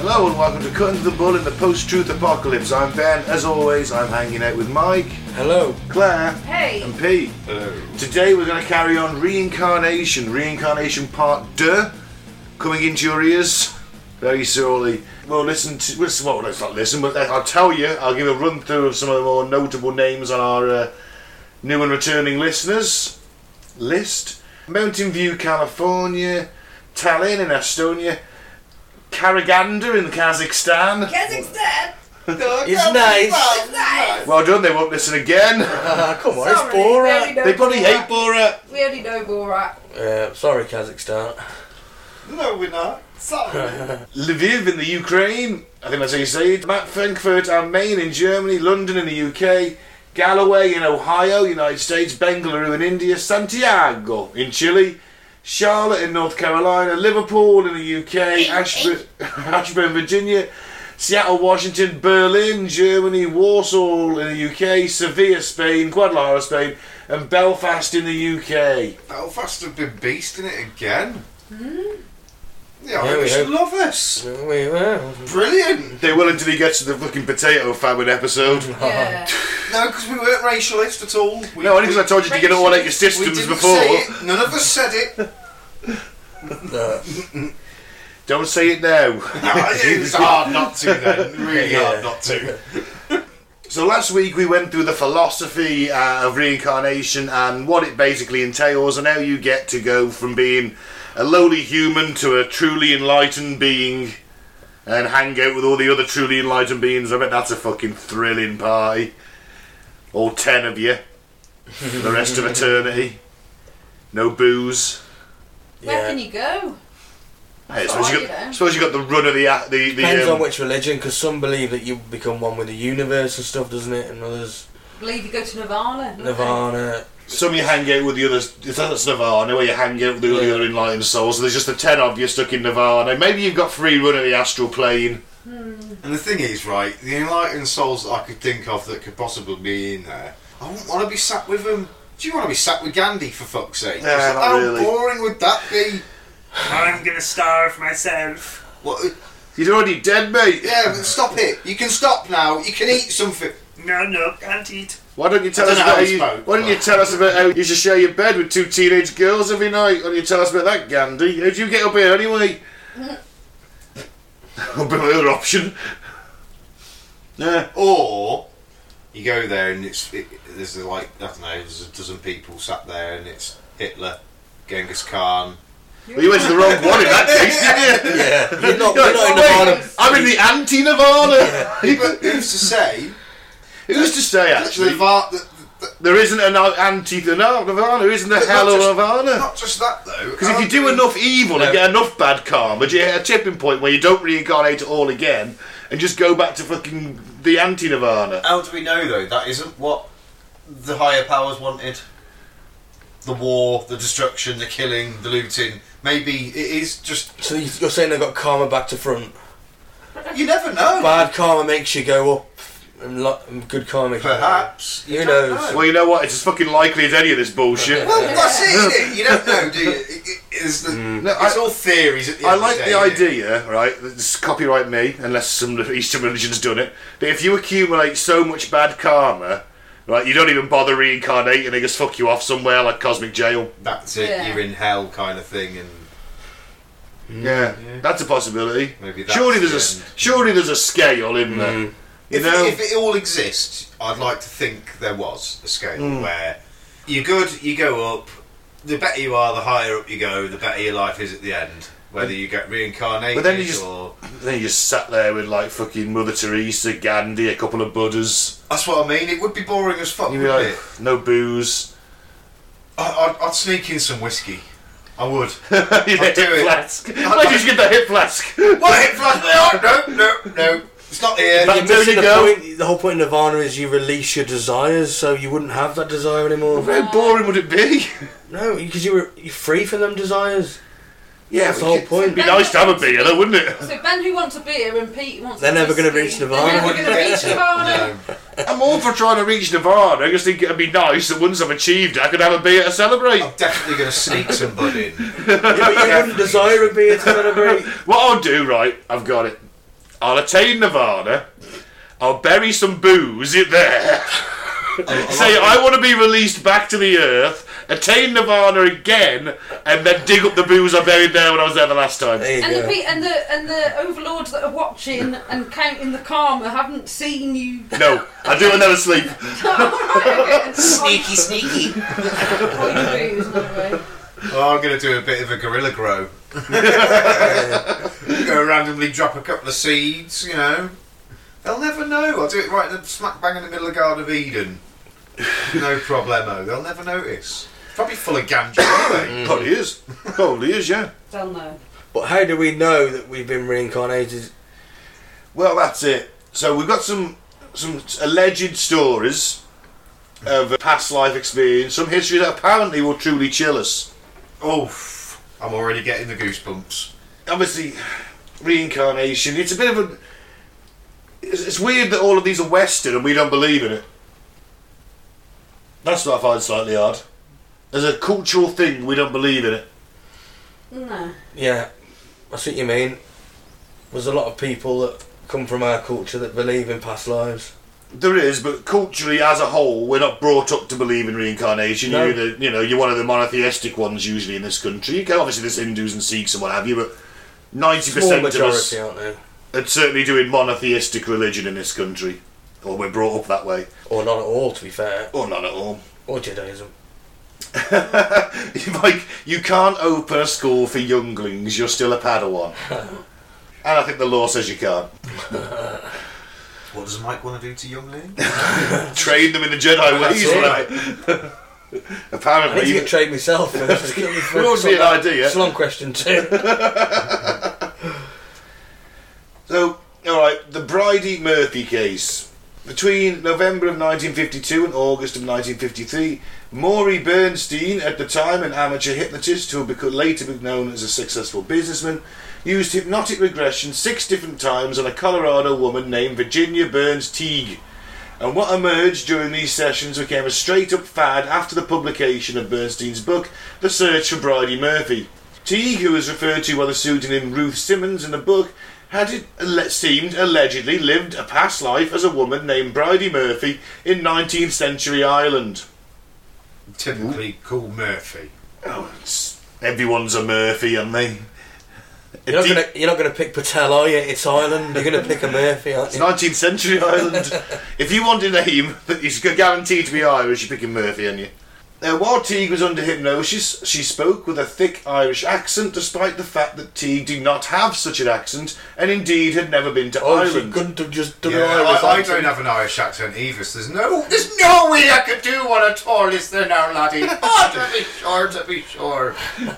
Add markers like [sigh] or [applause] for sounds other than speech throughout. Hello and welcome to Cutting the Bull in the Post-Truth Apocalypse. I'm Ben. As always, I'm hanging out with Mike, Hello. Claire, Hey. and Pete. Today we're going to carry on reincarnation, reincarnation part deux, coming into your ears very sorely. We'll listen to, well, well, let's not listen, but I'll tell you, I'll give a run through of some of the more notable names on our uh, new and returning listeners list. Mountain View, California, Tallinn in Estonia, Karaganda in Kazakhstan. Kazakhstan. It's nice. It's nice. Well done, they won't listen again. Ah, [laughs] come on, Sorry, it's really Borat. don't They bloody Borat. hate Borat. We already [laughs] know Borat. Uh, sorry, Kazakhstan. No, we're not. [laughs] Sorry. Lviv in the Ukraine, I think that's how you say it. Matt Frankfurt am Main in Germany, London in the UK, Galloway in Ohio, United States, Bengaluru in India, Santiago in Chile, Charlotte in North Carolina, Liverpool in the UK, Ashburn, [laughs] Ashburn Virginia, Seattle, Washington, Berlin, Germany, Warsaw in the UK, Sevilla, Spain, Guadalajara, Spain, and Belfast in the UK. Belfast have been beasting it again. The we Irish have. love us. We were. Brilliant. They will until he gets to the fucking potato famine episode. Yeah. No, because we weren't racialist at all. We, No, only because we- I told you to get it all out your we systems didn't before. say it. None of us said [laughs] it. No, No. Don't say it now. [laughs] it was hard not to then. Really Yeah. hard not to. So last week we went through the philosophy uh, of reincarnation and what it basically entails, and how you get to go from being a lowly human to a truly enlightened being, and hang out with all the other truly enlightened beings. I bet that's a fucking thrilling party. All ten of [laughs] you, for the rest of eternity. No booze. Where Yeah. can you go? Hey, I suppose, all you right, got, you know. suppose you got the run of the a- the, the Depends um, on which religion, because some believe that you become one with the universe and stuff, doesn't it? And others, believe you go to Nirvana. don't they? Nirvana. Some you hang out with the others. That's Nirvana, where you hang out with the Yeah. other enlightened souls. So there's just the ten of you stuck in Nirvana. Maybe you've got free run of the astral plane. And the thing is, right, the enlightened souls that I could think of that could possibly be in there, I wouldn't want to be sat with them. Do you want to be sat with Gandhi, for fuck's sake? Nah, It's like, not How really. boring would that be? I'm gonna starve myself. What, You're already dead, mate. yeah, but stop it. You can stop now. You can eat something. No, no, can't eat. Why don't you tell I us don't know about how how he you, spoke, Why don't you but- tell us about how you should share your bed with two teenage girls every night? Why don't you tell us about that, Gandhi? How'd you get up here [laughs] anyway? That'll be my other option. Yeah. Or you go there and it's it, there's like I don't know, there's a dozen people sat there and it's Hitler, Genghis Khan. Well, you went to the wrong one in [laughs] that case, didn't you? Yeah. [laughs] You're not, You're you're like, not in "Wait, Nirvana. I'm in the [laughs] anti-Nirvana. But who's to say Who's to say, that actually? the var- that- that- There isn't an anti no, Nirvana. There isn't a But not hell of just- Nirvana. not just that though? Because if you do enough evil and get enough bad karma, do you hit a tipping point where you don't reincarnate at all again and just go back to fucking the anti Nirvana? how do we know though that isn't what the higher powers wanted? The war, the destruction, the killing, the looting. Maybe it is just So you- you're saying they got karma back to front. you never know. Bad karma makes you go up, and, lo- and good karma. makes you go down. Perhaps Who You don't knows? know. Well, you know what? It's as fucking likely as any of this bullshit. Well, that's it, isn't it? [laughs] You don't know, do you? It- it- it's the- Mm. No, it's I- all theories. At the I end of like day, the isn't it? idea, right? This copyright me, unless some Eastern religion's done it. That if you accumulate so much bad karma, right, you don't even bother reincarnating. They just fuck you off somewhere like cosmic jail. that's it, Yeah. you're in hell kind of thing, and Yeah, that's a possibility. Mm. Maybe that's surely there's the a s- end. Mm. surely there's a scale in there. You if, know, if it all exists, I'd like to think there was a scale Hmm. where you're good, you go up. The better you are, the higher up you go, the better your life is at the end. Whether you get reincarnated But then you just- or then you just sat there with like fucking Mother Teresa, Gandhi, a couple of Buddhas. that's what I mean. It would be boring as fuck, You'd be wouldn't like, it? no booze. [laughs] I, I'd, I'd sneak in some whiskey. I [laughs] would. you hip do it. flask. Why did you get the hip flask? what? It flies- No, no, no. It's not here. But- You There missed you the, go. Point, the whole point of Nirvana is you release your desires, so you wouldn't have that desire anymore. How boring would it be? No, because you were you're free from them desires. Yeah, That's the whole It'd point. be nice to have a beer, though, wouldn't it? So Ben who wants a beer and Pete wants. They're a never gonna reach whiskey. Nirvana. They're never going [laughs] to reach Nirvana. No. [laughs] I'm all for trying to reach Nirvana. I just think it'd be nice that once I've achieved it, I could have a beer to celebrate. I'm definitely going to sneak some bud in. you, you wouldn't desire a beer to celebrate. What I'll do, right? I've got it. I'll attain Nirvana. I'll bury some booze in there. Say, [laughs] I want to be released back to the earth, attain Nirvana again, and then dig up the booze I buried there when I was there the last time. There you And go. the, pe- and the and the overlords that are watching and counting the karma haven't seen you. [laughs] No, I do another [laughs] sleep. Sneaky, sneaky. Oh, I'm going to do a bit of a gorilla [laughs] grow. Go randomly drop a couple of seeds, you know. They'll never know. I'll do it right in the smack bang in the middle of Garden of Eden. No problemo. They'll never notice. Probably full of ganja, aren't [coughs] they? Probably Oh, is. Probably is, yeah. Down there. But how do we know that we've been reincarnated? Well, that's it. So we've got some some alleged stories of past life experience, some history that apparently will truly chill us. Oof. I'm already getting the goosebumps. Obviously, reincarnation. It's a bit of a. It's, it's weird that all of these are Western and we don't believe in it. That's what I find slightly odd. As a cultural thing, we don't believe in it. No. Yeah, I see what you mean. There's a lot of people that come from our culture that believe in past lives. There is, but culturally as a whole, we're not brought up to believe in reincarnation. No. You're the, you know, you're one of the monotheistic ones usually in this country. Okay, obviously, there's Hindus and Sikhs and what have you, but ninety percent Small of us majority, aren't they? are certainly doing monotheistic religion in this country, or we're brought up that way, Or not at all, to be fair. or not at all. [laughs] Or Judaism. like you can't open a school for younglings. You're still a Padawan, and I think the law says you can't What does Mike want to do to young Lee? train them in the Jedi ways. it. right? [laughs] I need to Apparently, get trained myself [laughs] first. would be an idea. It's a long question too. So, all right, the Bridey Murphy case. Between November of 1952 and August of 1953, Maury Bernstein, at the time an amateur hypnotist who would become, later be known as a successful businessman, used hypnotic regression six different times on a Colorado woman named Virginia Burns Teague. And what emerged during these sessions became a straight up fad after the publication of Bernstein's book, The Search for Bridey Murphy. Teague, who is referred to by the pseudonym Ruth Simmons in the book, had it alle- seemed allegedly lived a past life as a woman named Bridey Murphy in 19th century Ireland. Typically called Murphy. Oh, it's, everyone's a Murphy, aren't they? You're not, Deep- gonna, you're not gonna pick Patel, are you? It's Ireland. You're gonna pick a Murphy, aren't It's you? 19th century [laughs] Ireland. if you want a name that is guaranteed to be Irish, you're picking Murphy, aren't you? Uh, while Teague was under hypnosis, she spoke with a thick Irish accent, despite the fact that Teague did not have such an accent and indeed had never been to Oh, she Ireland. couldn't have just done Yeah, an Irish I, I accent. don't have an Irish accent either. So there's no, there's no way I could do one at all. Is there [laughs] now, laddie? Oh, to be sure, to be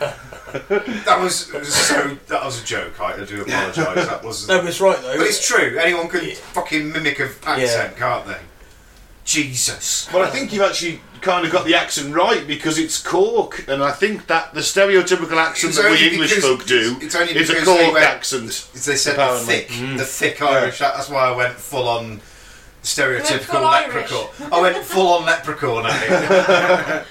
sure. that was so. That was a joke. I, I do apologise. That was. No, but it's right though. but it's true. Anyone can Yeah. fucking mimic an accent, can't they? Jesus. Well, I think you've actually kind of got the accent right because it's Cork, and I think that the stereotypical accent It's that only we English because- folk do it's only is a because they Cork went- accent. They said the Apparently. Mm. thick, the thick Irish. that- That's why I went full on went full stereotypical Irish. leprechaun. I went full on leprechaun [laughs] at it.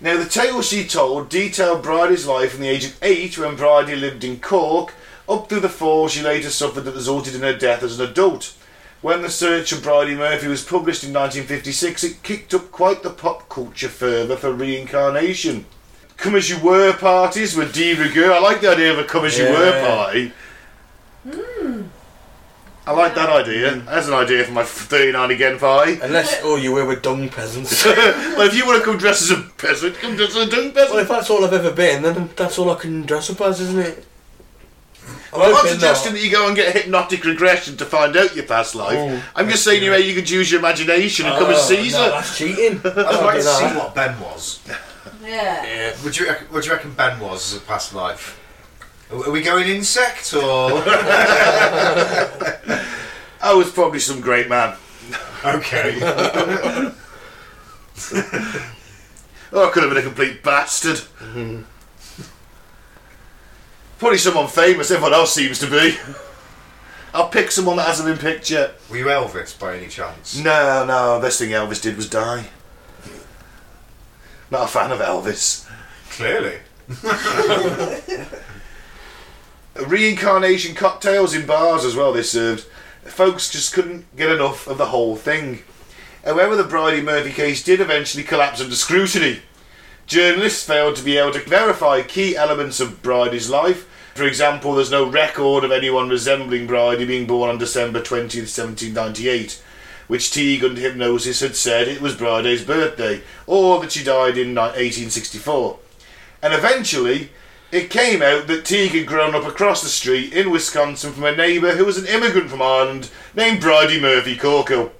Now, the tale she told detailed Bridie's life from the age of eight when Bridie lived in Cork up through the fall she later suffered that resulted in her death as an adult. When The Search of Bridie Murphy was published in 1956, it kicked up quite the pop culture fervour for reincarnation. Come as you were parties were de rigueur. I like the idea of a come as you were Yeah. party. I like that idea. That's an idea for my [laughs] 39 again pie. Unless, oh, you were with dung [laughs] peasants. well, if you want to come dressed as a peasant, come dressed as a dung peasant. well, if that's all I've ever been, then that's all I can dress up as, isn't it? I'm I'm not hoping not. suggesting that you go and get hypnotic regression to find out your past life. Oh, I'm just saying you, you could use your imagination and come Oh, as Caesar. No, that's cheating. I'd I'd like to see what Ben was. Yeah. Yeah. Would you rec- would you reckon Ben was as a past life? Are are we going [laughs] insect or I was probably some great man. okay? Oh, I could have been a complete bastard. Mm-hmm. Probably someone famous. Everyone else seems to be. I'll pick someone that hasn't been picked yet. [laughs] Were you Elvis by any Mm. chance? No, no. Best thing Elvis did was die. Not a fan of Elvis. Clearly. reincarnation cocktails in bars as well, they served. Folks just couldn't get enough of the whole thing. However, the Bridey Murphy case did eventually collapse under scrutiny. Journalists failed to be able to verify key elements of Bridey's life. For example, there's no record of anyone resembling Bridey being born on December 20th, 1798, which Teague under hypnosis had said it was Bridey's birthday, or that she died in ni- 1864. And eventually, it came out that Teague had grown up across the street in Wisconsin from a neighbour who was an immigrant from Ireland named Bridie Murphy Corkill.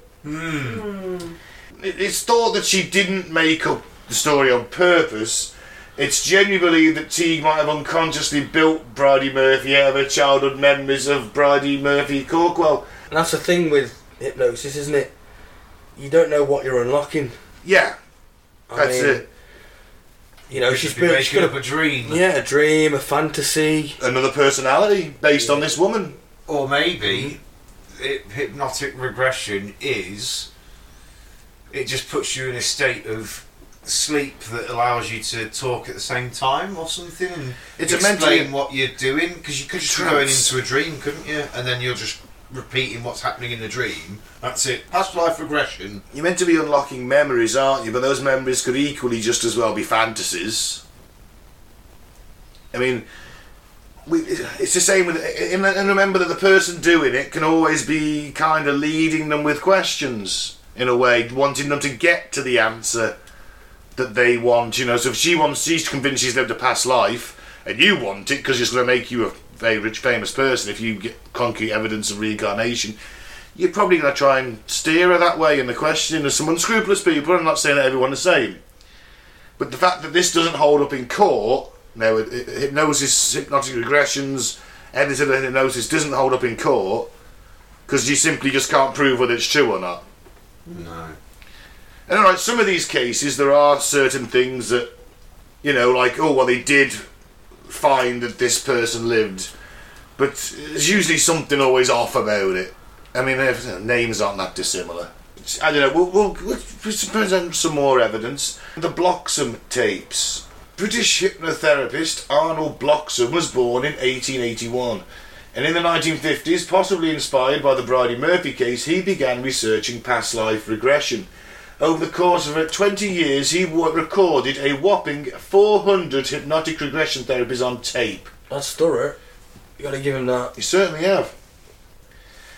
It- It's thought that she didn't make up the story on purpose. It's generally believed that Teague might have unconsciously built Bridie Murphy out of her childhood memories of Bridie Murphy Corkwell. And that's the thing with hypnosis, isn't it? You don't know what you're unlocking. Yeah, I that's mean, it. You know, You she's should be been, she's making got up a, a dream. yeah, a dream, a fantasy. Another personality based on this woman. Or maybe it, hypnotic regression is it just puts you in a state of sleep that allows you to talk at the same time or something and It's a explain mentally- what you're doing because you could just be going Trance. into a dream couldn't you and then you're just repeating what's happening in the dream that's it past life regression You're meant to be unlocking memories, aren't you? But those memories could equally just as well be fantasies. I mean, we, it's the same with. And and remember that the person doing it can always be kind of leading them with questions, in a way, wanting them to get to the answer that they want, you know. So if she wants, she's convinced she's lived a past life, and you want it because it's going to make you a very rich, famous person if you get concrete evidence of reincarnation, you're probably going to try and steer her that way in the questioning. There's some unscrupulous people, I'm not saying that everyone the same. But the fact that this doesn't hold up in court, no, it- it- hypnosis, hypnotic regressions, everything that hypnosis doesn't hold up in court because you simply just can't prove whether it's true or not. no And all right, some of these cases, there are certain things that, you know, like, oh, well, they did find that this person lived, but there's usually something always off about it. I mean, if- uh, names aren't that dissimilar. It's- I don't know, we'll, we'll, we'll present some more evidence. The Bloxham tapes. British hypnotherapist Arnold Bloxham was born in 1881. And in the 1950s, possibly inspired by the Bridie Murphy case, he began researching past life regression. Over the course of uh, 20 years, he wa recorded a whopping 400 hypnotic regression therapies on tape. That's thorough. You gotta give him that. You certainly have.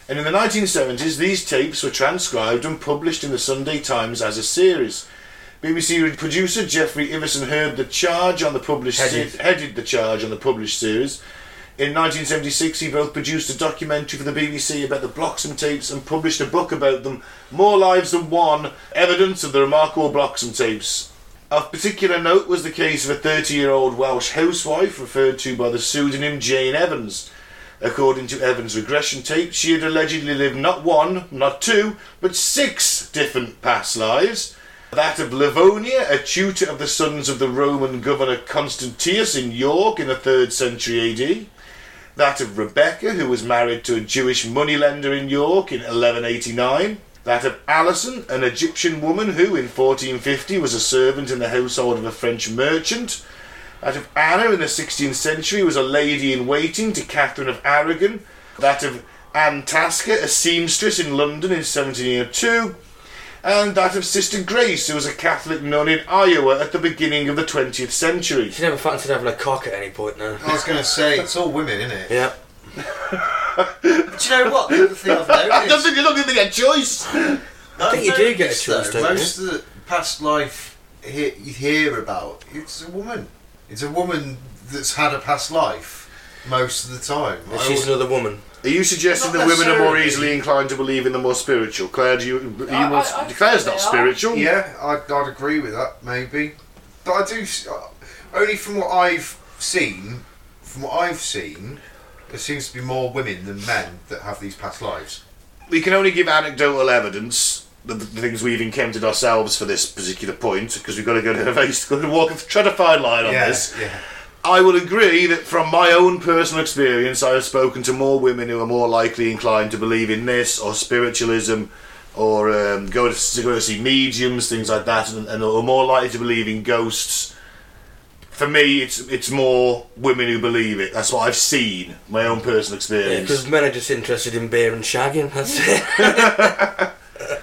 And in the 1970s, these tapes were transcribed and published in the Sunday Times as a series. BBC producer Jeffrey Iverson heard the charge on the published Headed. se- headed the charge on the published series. In 1976, he both produced a documentary for the BBC about the Bloxham tapes and published a book about them, More Lives Than One Evidence of the Remarkable Bloxham Tapes. Of particular note was the case of a 30 year old Welsh housewife referred to by the pseudonym Jane Evans. According to Evans' regression tape, she had allegedly lived not one, not two, but six different past lives. That of Livonia, a tutor of the sons of the Roman governor Constantius in York in the 3rd century AD. That of Rebecca, who was married to a Jewish moneylender in York in 1189. That of Alison, an Egyptian woman who, in 1450, was a servant in the household of a French merchant. That of Anna in the 16th century was a lady in waiting to Catherine of Aragon. That of Anne Tasker, a seamstress in London in 1702. And that of Sister Grace, who was a Catholic nun in Iowa at the beginning of the 20th century. She never fancied having a cock at any point now. I was going to say it's all women isn't it Yeah. Do you know what? The other thing [laughs] I've I don't noticed. think you're not going to get a choice! I think you do get a choice, don't you? Most of the past life he- you hear about, it's a woman. It's a woman that's had a past life most of the time. And I she's al- another woman. Are you suggesting that Not women are more necessarily. easily inclined to believe in the more spiritual? Claire, do you, you I- want- I- I think Claire's not they are. spiritual. yeah, I'd, I'd agree with that maybe, but I do s- uh, only from what I've seen. From what I've seen, there seems to be more women than men that have these past lives. We can only give anecdotal evidence, the, the things we've encountered ourselves for this particular point, because we've got to go to a very [laughs] got to walk a tread a fine line on this. yeah. I will agree that from my own personal experience, I have spoken to more women who are more likely inclined to believe in this or spiritualism or um, go, to, go to see mediums, things like that, and, and are more likely to believe in ghosts for me, it's it's more women who believe it. That's what I've seen, my own personal experience. Because men are just interested in beer and shagging. That's it.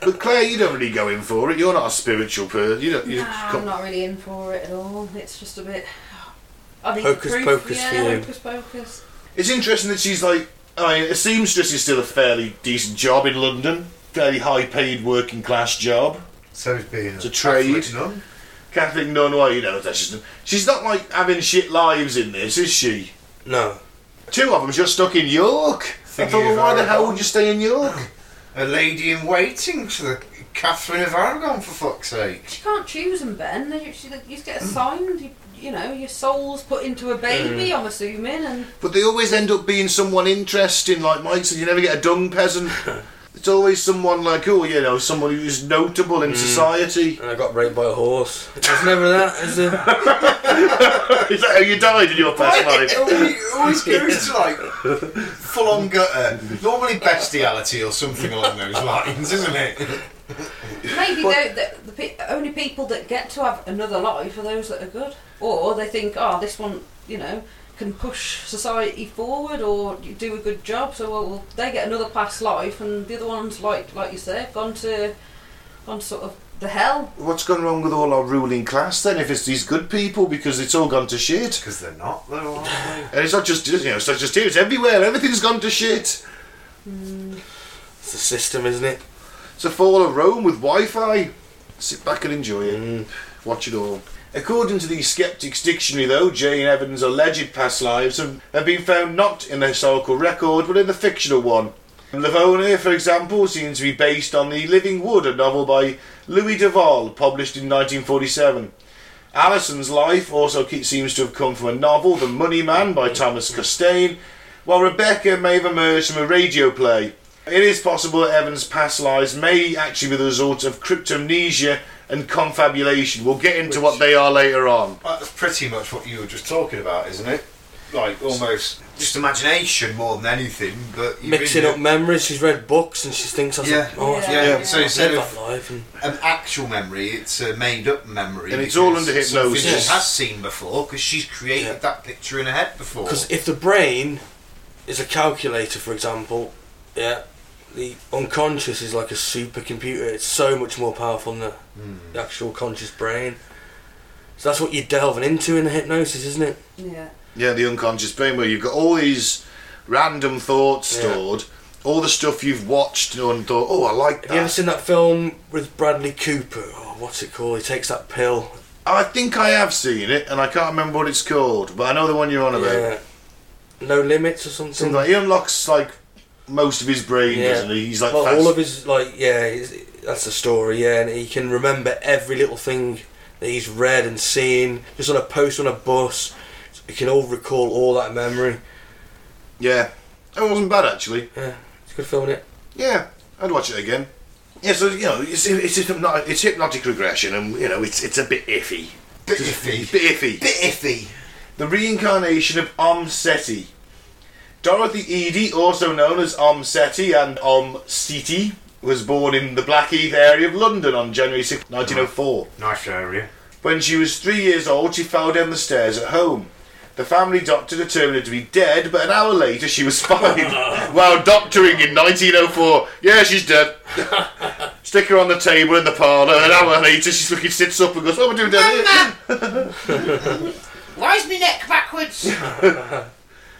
but Claire, you don't really go in for it. You're not a spiritual person. You don't. You Nah, don't- Ah, I'm not really in for it at all. It's just a bit. I need Hocus the proof. pocus yeah, for you. Hocus pocus. It's interesting that she's like. I mean, a seamstress is still a fairly decent job in London. Fairly high-paid working class job. So is being a trade. Catholic nun. Catholic nun, well, you know, that's just, she's not like having shit lives in this, is she? no. Two of them's just stuck in York. I Thinking thought, well, of why the Aragon. hell would you stay in York? [laughs] A lady in waiting to the Catherine of Aragon, for fuck's sake. You can't choose them, Ben. They- You, you just Hmm. get assigned. You, you know, your soul's put into a baby. Hmm. I'm assuming, and But they always end up being someone interesting, like Mike said, you never get a dung [laughs] peasant. It's always someone like, oh, you know, someone who's notable in society. And I got raped by a horse. It's never that, is it? [laughs] Is that how you died in your past It life? always- [laughs] always goes to like full on gutter. Normally bestiality or something along those lines, isn't it? maybe the, the, the pe- only people that get to have another life are those that are good, or they think, oh, this one, you know, can push society forward or you do a good job. So well, well, they get another past life, and the other ones, like like you say, have gone to, gone to sort of the hell. [laughs] What's gone wrong with all our ruling class then? If it's these good people, because it's all gone to shit, Because they're not, though, aren't they? and it's not just you know, it's not just here; it's everywhere. Everything's gone to shit. It's the system, isn't it? It's a fall of Rome with Wi-Fi. Sit back and enjoy it. Watch it all. According to the Skeptics Dictionary, though, Jane Evans' alleged past lives have, have been found not in the historical record, but in the fictional one. Livonia, for example, seems to be based on The Living Wood, a novel by Louis Duval, published in 1947. Alison's life also ke- seems to have come from a novel, The Money Man, by Thomas Costain, while Rebecca may have emerged from a radio play. It is possible that Evans' past lives may actually be the result of cryptomnesia and confabulation. We'll get into what they are later on. That's pretty much what you were just talking about, isn't it? Like almost just imagination more than anything, but you've Mixing been- up memories. She's read books and she thinks that's Yeah. a, oh, it's Yeah. Yeah, so instead lived of that life. And an actual memory, it's a made up memory. And it's all because under hypnosis. something Yes. She has seen before because she's created Yeah. that picture in her head before. Because if the brain is a calculator, for example, yeah, the unconscious is like a supercomputer. It's so much more powerful than the, Hmm. the actual conscious brain. So that's what you're delving into in the hypnosis, isn't it? Yeah. Yeah, the unconscious brain, where you've got all these random thoughts Yeah. stored, all the stuff you've watched and thought, oh, I like Have you ever that. seen that film with Bradley Cooper? Oh, what's it called? He takes that pill. I think I have seen it, and I can't remember what it's called, but I know the one you're on about. Yeah. No limits or something. Something like he unlocks like most of his brain, Yeah. doesn't he? He's like Well, fast- all of his like yeah, his, that's the story. Yeah, and he can remember every little thing that he's read and seen, just on a post on a bus. He can all recall all that memory. Yeah, that wasn't bad actually. Yeah, it's a good film, is it? Yeah, I'd watch it again. Yeah, so you know, it's it's hypnotic, it's hypnotic regression, and you know, it's it's a bit iffy, bit [laughs] iffy. bit iffy. Bit iffy. The reincarnation of Om Seti. Dorothy Eady, also known as Om Seti and Om Seti, was born in the Blackheath area of London on January oh 6, 1904. Nice area. When she was three years old, she fell down the stairs at home. The family doctor determined her to be dead, but an hour later she was [laughs] fine. While doctoring in 1904, yeah, she's dead. Stick her on the table in the parlour. An hour later, she fucking sits up and goes, "What am I doing down here?" Why is my neck backwards?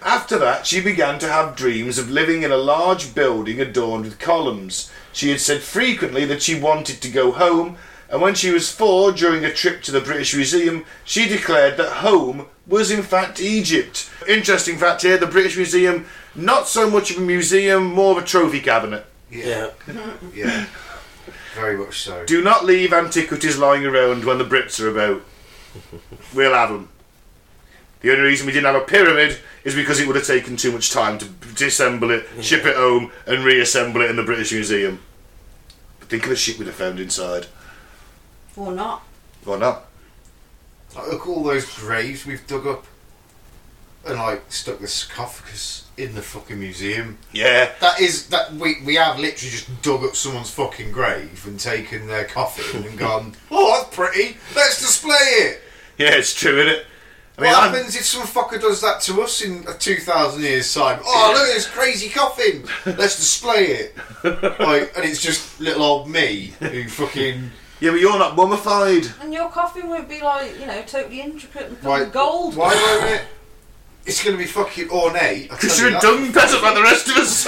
After that, she began to have dreams of living in a large building adorned with columns. She had said frequently that she wanted to go home, and when she was four, during a trip to the British Museum, she declared that home was in fact Egypt. Interesting fact here the British Museum, not so much of a museum, more of a trophy cabinet. Yeah. Yeah. Very much so. Do not leave antiquities lying around when the Brits are about. We'll have them. The only reason we didn't have a pyramid is because it would have taken too much time to disassemble it, ship it home, and reassemble it in the British Museum. But think of the shit we'd have found inside. or not? Why not? Like, look at all those graves we've dug up and like stuck the sarcophagus in the fucking museum. Yeah. That is that we we have literally just dug up someone's fucking grave and [laughs] taken their coffin and gone, Oh that's pretty, let's display it Yeah, it's true, isn't it? I mean, what I'm- happens if some fucker does that to us in a 2,000 years' time? Oh, look at this crazy coffin! Let's [laughs] display it! like, and it's just little old me who fucking. Yeah, but you're not mummified. And your coffin won't be like, you know, totally intricate and full Right, of gold. Why won't it? It's going to be fucking ornate. I'll Because tell you're you a that. dung peasant like the rest of us.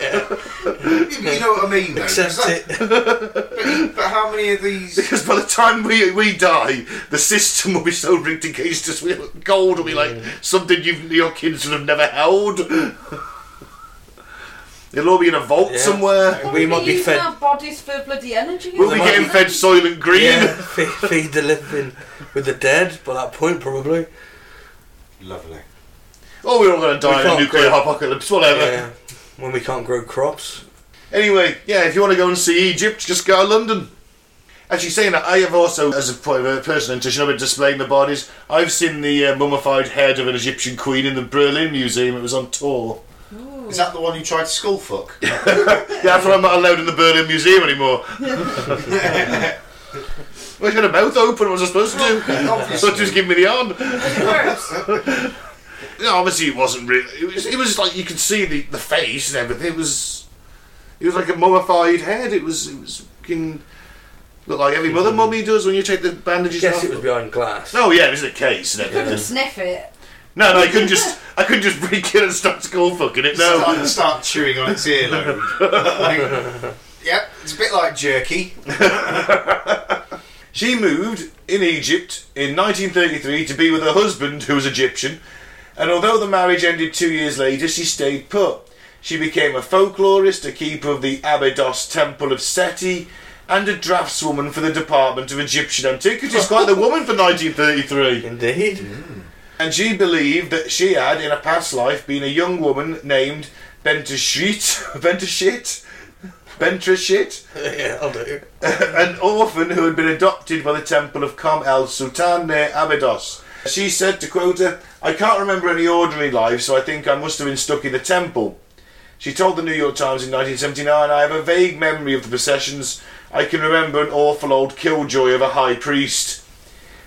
You you know what I mean, though? 'Cause Accept that- it. But, [laughs] but how many of these. because by the time we, we die, the system will be so rigged against us. We, gold will be like something you've, your kids will have never held. It'll all be in a vault Yeah. somewhere. Why We would might be using fed- our bodies for bloody energy. We'll be might getting fed soil and green. [laughs] Yeah, feed, feed the living with the dead by that point, probably. Lovely. Oh, we're all going to die in We a can't nuclear grow- apocalypse, whatever. Yeah, when we can't grow crops. Anyway, yeah, if you want to go and see Egypt, just go to London. Actually, saying that, I have also, as a point of personal interest, you know, about displaying the bodies. I've seen the uh, mummified head of an Egyptian queen in the Berlin Museum. It was on tour. Is that the one you tried to school fuck? Yeah, that's why I'm not allowed in the Berlin Museum anymore. well, I had a mouth open. What was I supposed to do? so just give me the on. Gross. No, obviously it wasn't really. It was, it was like you could see the, the face and everything. It was, it was like a mummified head. It was, it was fucking looked like every mother mummy does when you take the bandages Guess off. it was behind glass. oh yeah, it was in a case and Couldn't everything. sniff it. No, no, I couldn't just, I couldn't just [laughs] break in and start skull fucking it. No, Start, start chewing on its earlobe. [laughs] Like, yep, it's a bit like jerky. She moved in Egypt in 1933 to be with her husband, who was Egyptian, and although the marriage ended two years later, she stayed put. She became a folklorist, a keeper of the Abydos Temple of Seti, and a draftswoman for the Department of Egyptian Antiquities. Quite the woman for 1933. Indeed. And she believed that she had, in a past life, been a young woman named Bentashit. [laughs] Bentashit? Bentrashit? [laughs] yeah, I'll do. [laughs] an orphan who had been adopted by the temple of Kam el Sultan near Abydos. She said to quote her, I can't remember any ordinary life, so I think I must have been stuck in the temple. She told the New York Times in 1979, I have a vague memory of the processions. I can remember an awful old killjoy of a high priest.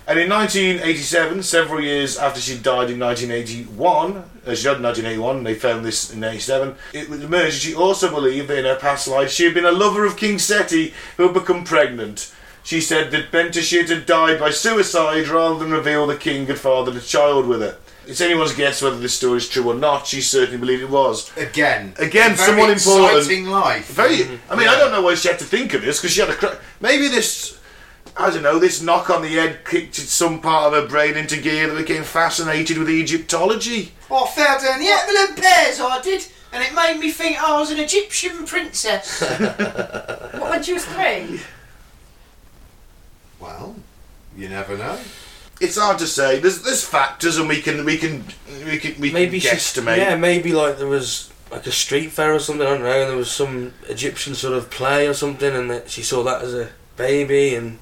And in 1987, several years after she died in 1981, uh, she died in 1981, they found this in 87, it was emerged she also believed that in her past life she had been a lover of King Seti who had become pregnant. She said that Bentashit had died by suicide rather than reveal the king had fathered a child with her. It's anyone's guess whether this story is true or not. She certainly believed it was. Again. Again, A very someone important. Exciting life. Very. Mm-hmm. I mean, I don't know why she had to think of this because she had a. Cra- Maybe this. I don't know. This knock on the head kicked some part of her brain into gear that became fascinated with Egyptology. Oh, I fell down the Atmalan Bears, I did, and it made me think I oh. was an Egyptian princess. What when she was three? Well, you never know. It's hard to say. There's there's factors, and we can we can we can we Maybe can she's guesstimate. Yeah, maybe like there was like a street fair or something. I don't know. And there was some Egyptian sort of play or something, and that she saw that as a baby, and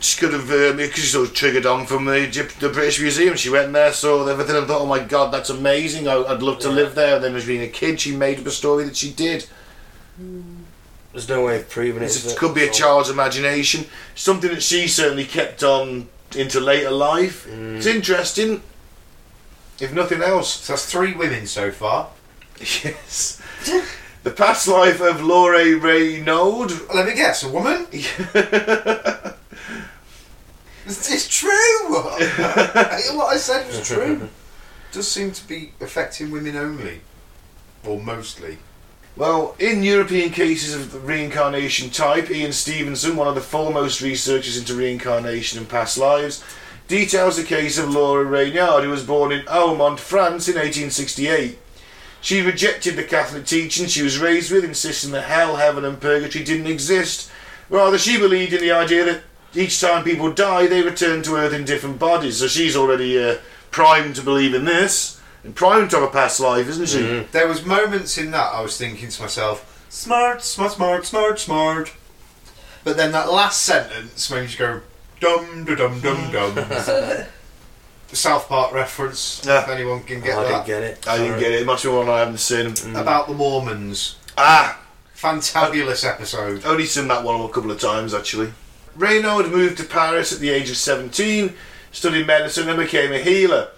She could have because she's sort of triggered on from the Egypt, the British Museum. She went there, saw everything, and thought, "Oh my God, that's amazing! I, I'd love to live there." And then, as being a kid, she made up a story that she did. there's no way of proving it. Oh, It's- is it there? could be a child's imagination, something that she certainly kept on into later life. It's interesting, if nothing [laughs] else. So that's three women so far. Yes. the past life of Laure Reynaud. [laughs] Let me guess, a woman? it's, it's true! [laughs] what I said [laughs] was true. Does seem to be affecting women only. Or mostly. Well, in European cases of the reincarnation type, Ian Stevenson, one of the foremost researchers into reincarnation and past lives, details the case of Laura Reynard, who was born in Aumont, France in 1868. She rejected the Catholic teaching she was raised with, insisting that hell, heaven, and purgatory didn't exist. Rather, she believed in the idea that each time people die, they return to Earth in different bodies. So she's already uh, primed to believe in this, and primed to have a past life, isn't she? There was moments in that I was thinking to myself, smart, smart, smart, smart, smart. But then that last sentence made you go, dum, da, dum, Hmm. dum, [laughs] dum. So, South Park reference, if Yeah. anyone can get Oh, I that. didn't get it. I didn't Sorry. get it. It must be one I haven't seen. About the Mormons. Ah, Fantabulous episode. Uh, only seen that one a couple of times actually. Reynaud moved to Paris at the age of 17, studied medicine, and became a healer.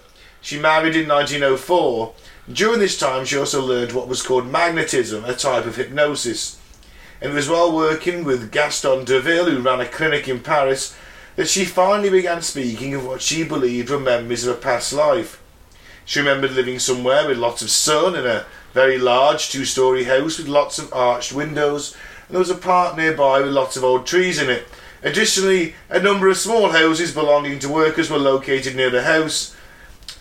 She married in 1904. During this time, she also learned what was called magnetism, a type of hypnosis. And it was while working with Gaston Deville, who ran a clinic in Paris, that she finally began speaking of what she believed were memories of a past life. She remembered living somewhere with lots of sun in a very large two story house with lots of arched windows, and there was a park nearby with lots of old trees in it. Additionally, a number of small houses belonging to workers were located near the house.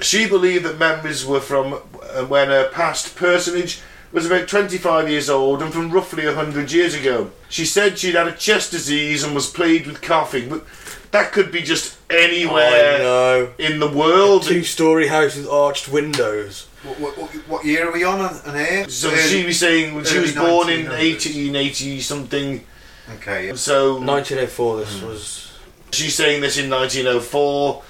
She believed that memories were from uh, when a past personage was about 25 years old and from roughly 100 years ago. She said she'd had a chest disease and was plagued with coughing, but that could be just I anywhere know. in the world. Two story house with arched windows. What, what, what, what year are we on on air? So Early- she was saying when she early was born in 1900s. 1880 something. Okay. So 1904, this Hmm. was. she's saying this in 1904.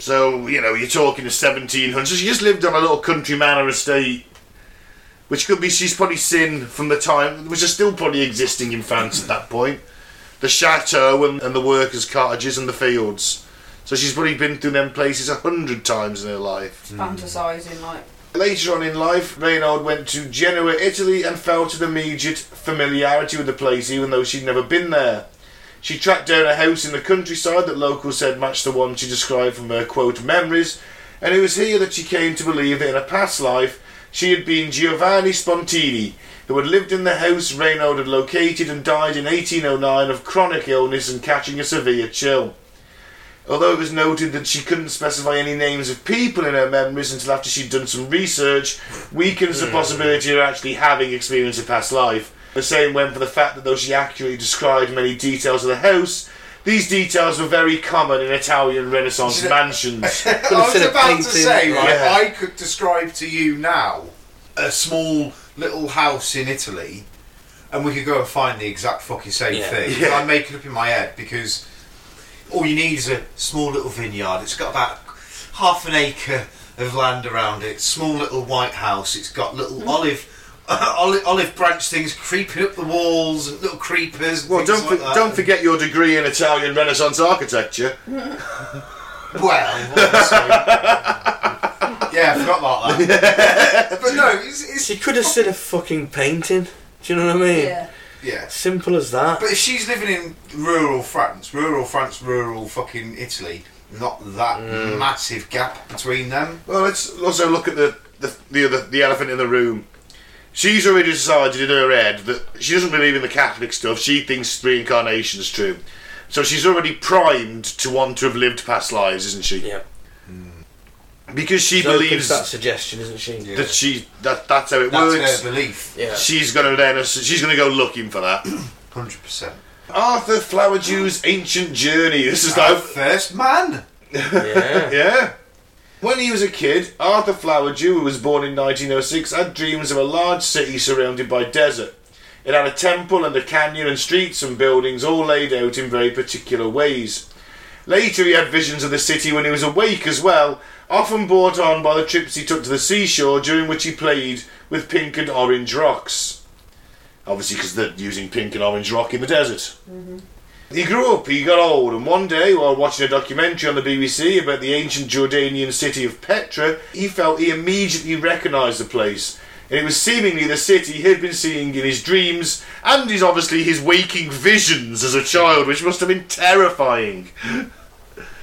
So you know you're talking the 1700s. She just lived on a little country manor estate, which could be she's probably seen from the time, which are still probably existing in France at that point. The chateau and, and the workers' cottages and the fields. So she's probably been through them places a hundred times in her life. fantasizing like Later on in life, Reynold went to Genoa, Italy, and felt an immediate familiarity with the place, even though she'd never been there. She tracked down a house in the countryside that locals said matched the one she described from her quote memories, and it was here that she came to believe that in a past life she had been Giovanni Spontini, who had lived in the house Reynold had located and died in 1809 of chronic illness and catching a severe chill. Although it was noted that she couldn't specify any names of people in her memories until after she'd done some research, weakens the possibility of actually having experienced a past life. The same went for the fact that though she accurately described many details of the house, these details were very common in Italian [laughs] Renaissance mansions. [laughs] I was seen a about to painting. say, right, Yeah. I could describe to you now a small little house in Italy, and we could go and find the exact fucking same Yeah. thing. Yeah. I make it up in my head because all you need is a small little vineyard. It's got about half an acre of land around it. Small little white house. It's got little Mm-hmm. olive. [laughs] Olive, olive branch things creeping up the walls, and little creepers. Well, things don't, like for, that. don't forget your degree in Italian Renaissance architecture. Well, obviously. yeah, I forgot about that. but no, it's, it's She could have said a fucking painting. Do you know what I mean? yeah. yeah. Simple as that. But if she's living in rural France, rural France, rural fucking Italy, not that massive gap between them. Well, let's also look at the the the, other, the elephant in the room. She's already decided in her head that she doesn't believe in the Catholic stuff. She thinks reincarnation is true, so she's already primed to want to have lived past lives, isn't she? yeah. Because she She believes believes that suggestion, [laughs] isn't she? Yeah. that she that that's how it That's works. her belief, Yeah. She's gonna then she's gonna go looking for that. hundred percent. Arthur Flowerjew's ancient journey. This is Our how first man. yeah. Yeah. When he was a kid, Arthur Flowerdew, who was born in 1906, had dreams of a large city surrounded by desert. It had a temple and a canyon and streets and buildings all laid out in very particular ways. Later, he had visions of the city when he was awake as well, often brought on by the trips he took to the seashore during which he played with pink and orange rocks. Obviously, because they're using pink and orange rock in the desert. He grew up, he got old, and one day, while watching a documentary on the BBC about the ancient Jordanian city of Petra, he felt he immediately recognised the place. And it was seemingly the city he'd been seeing in his dreams, and his obviously his waking visions as a child, which must have been terrifying.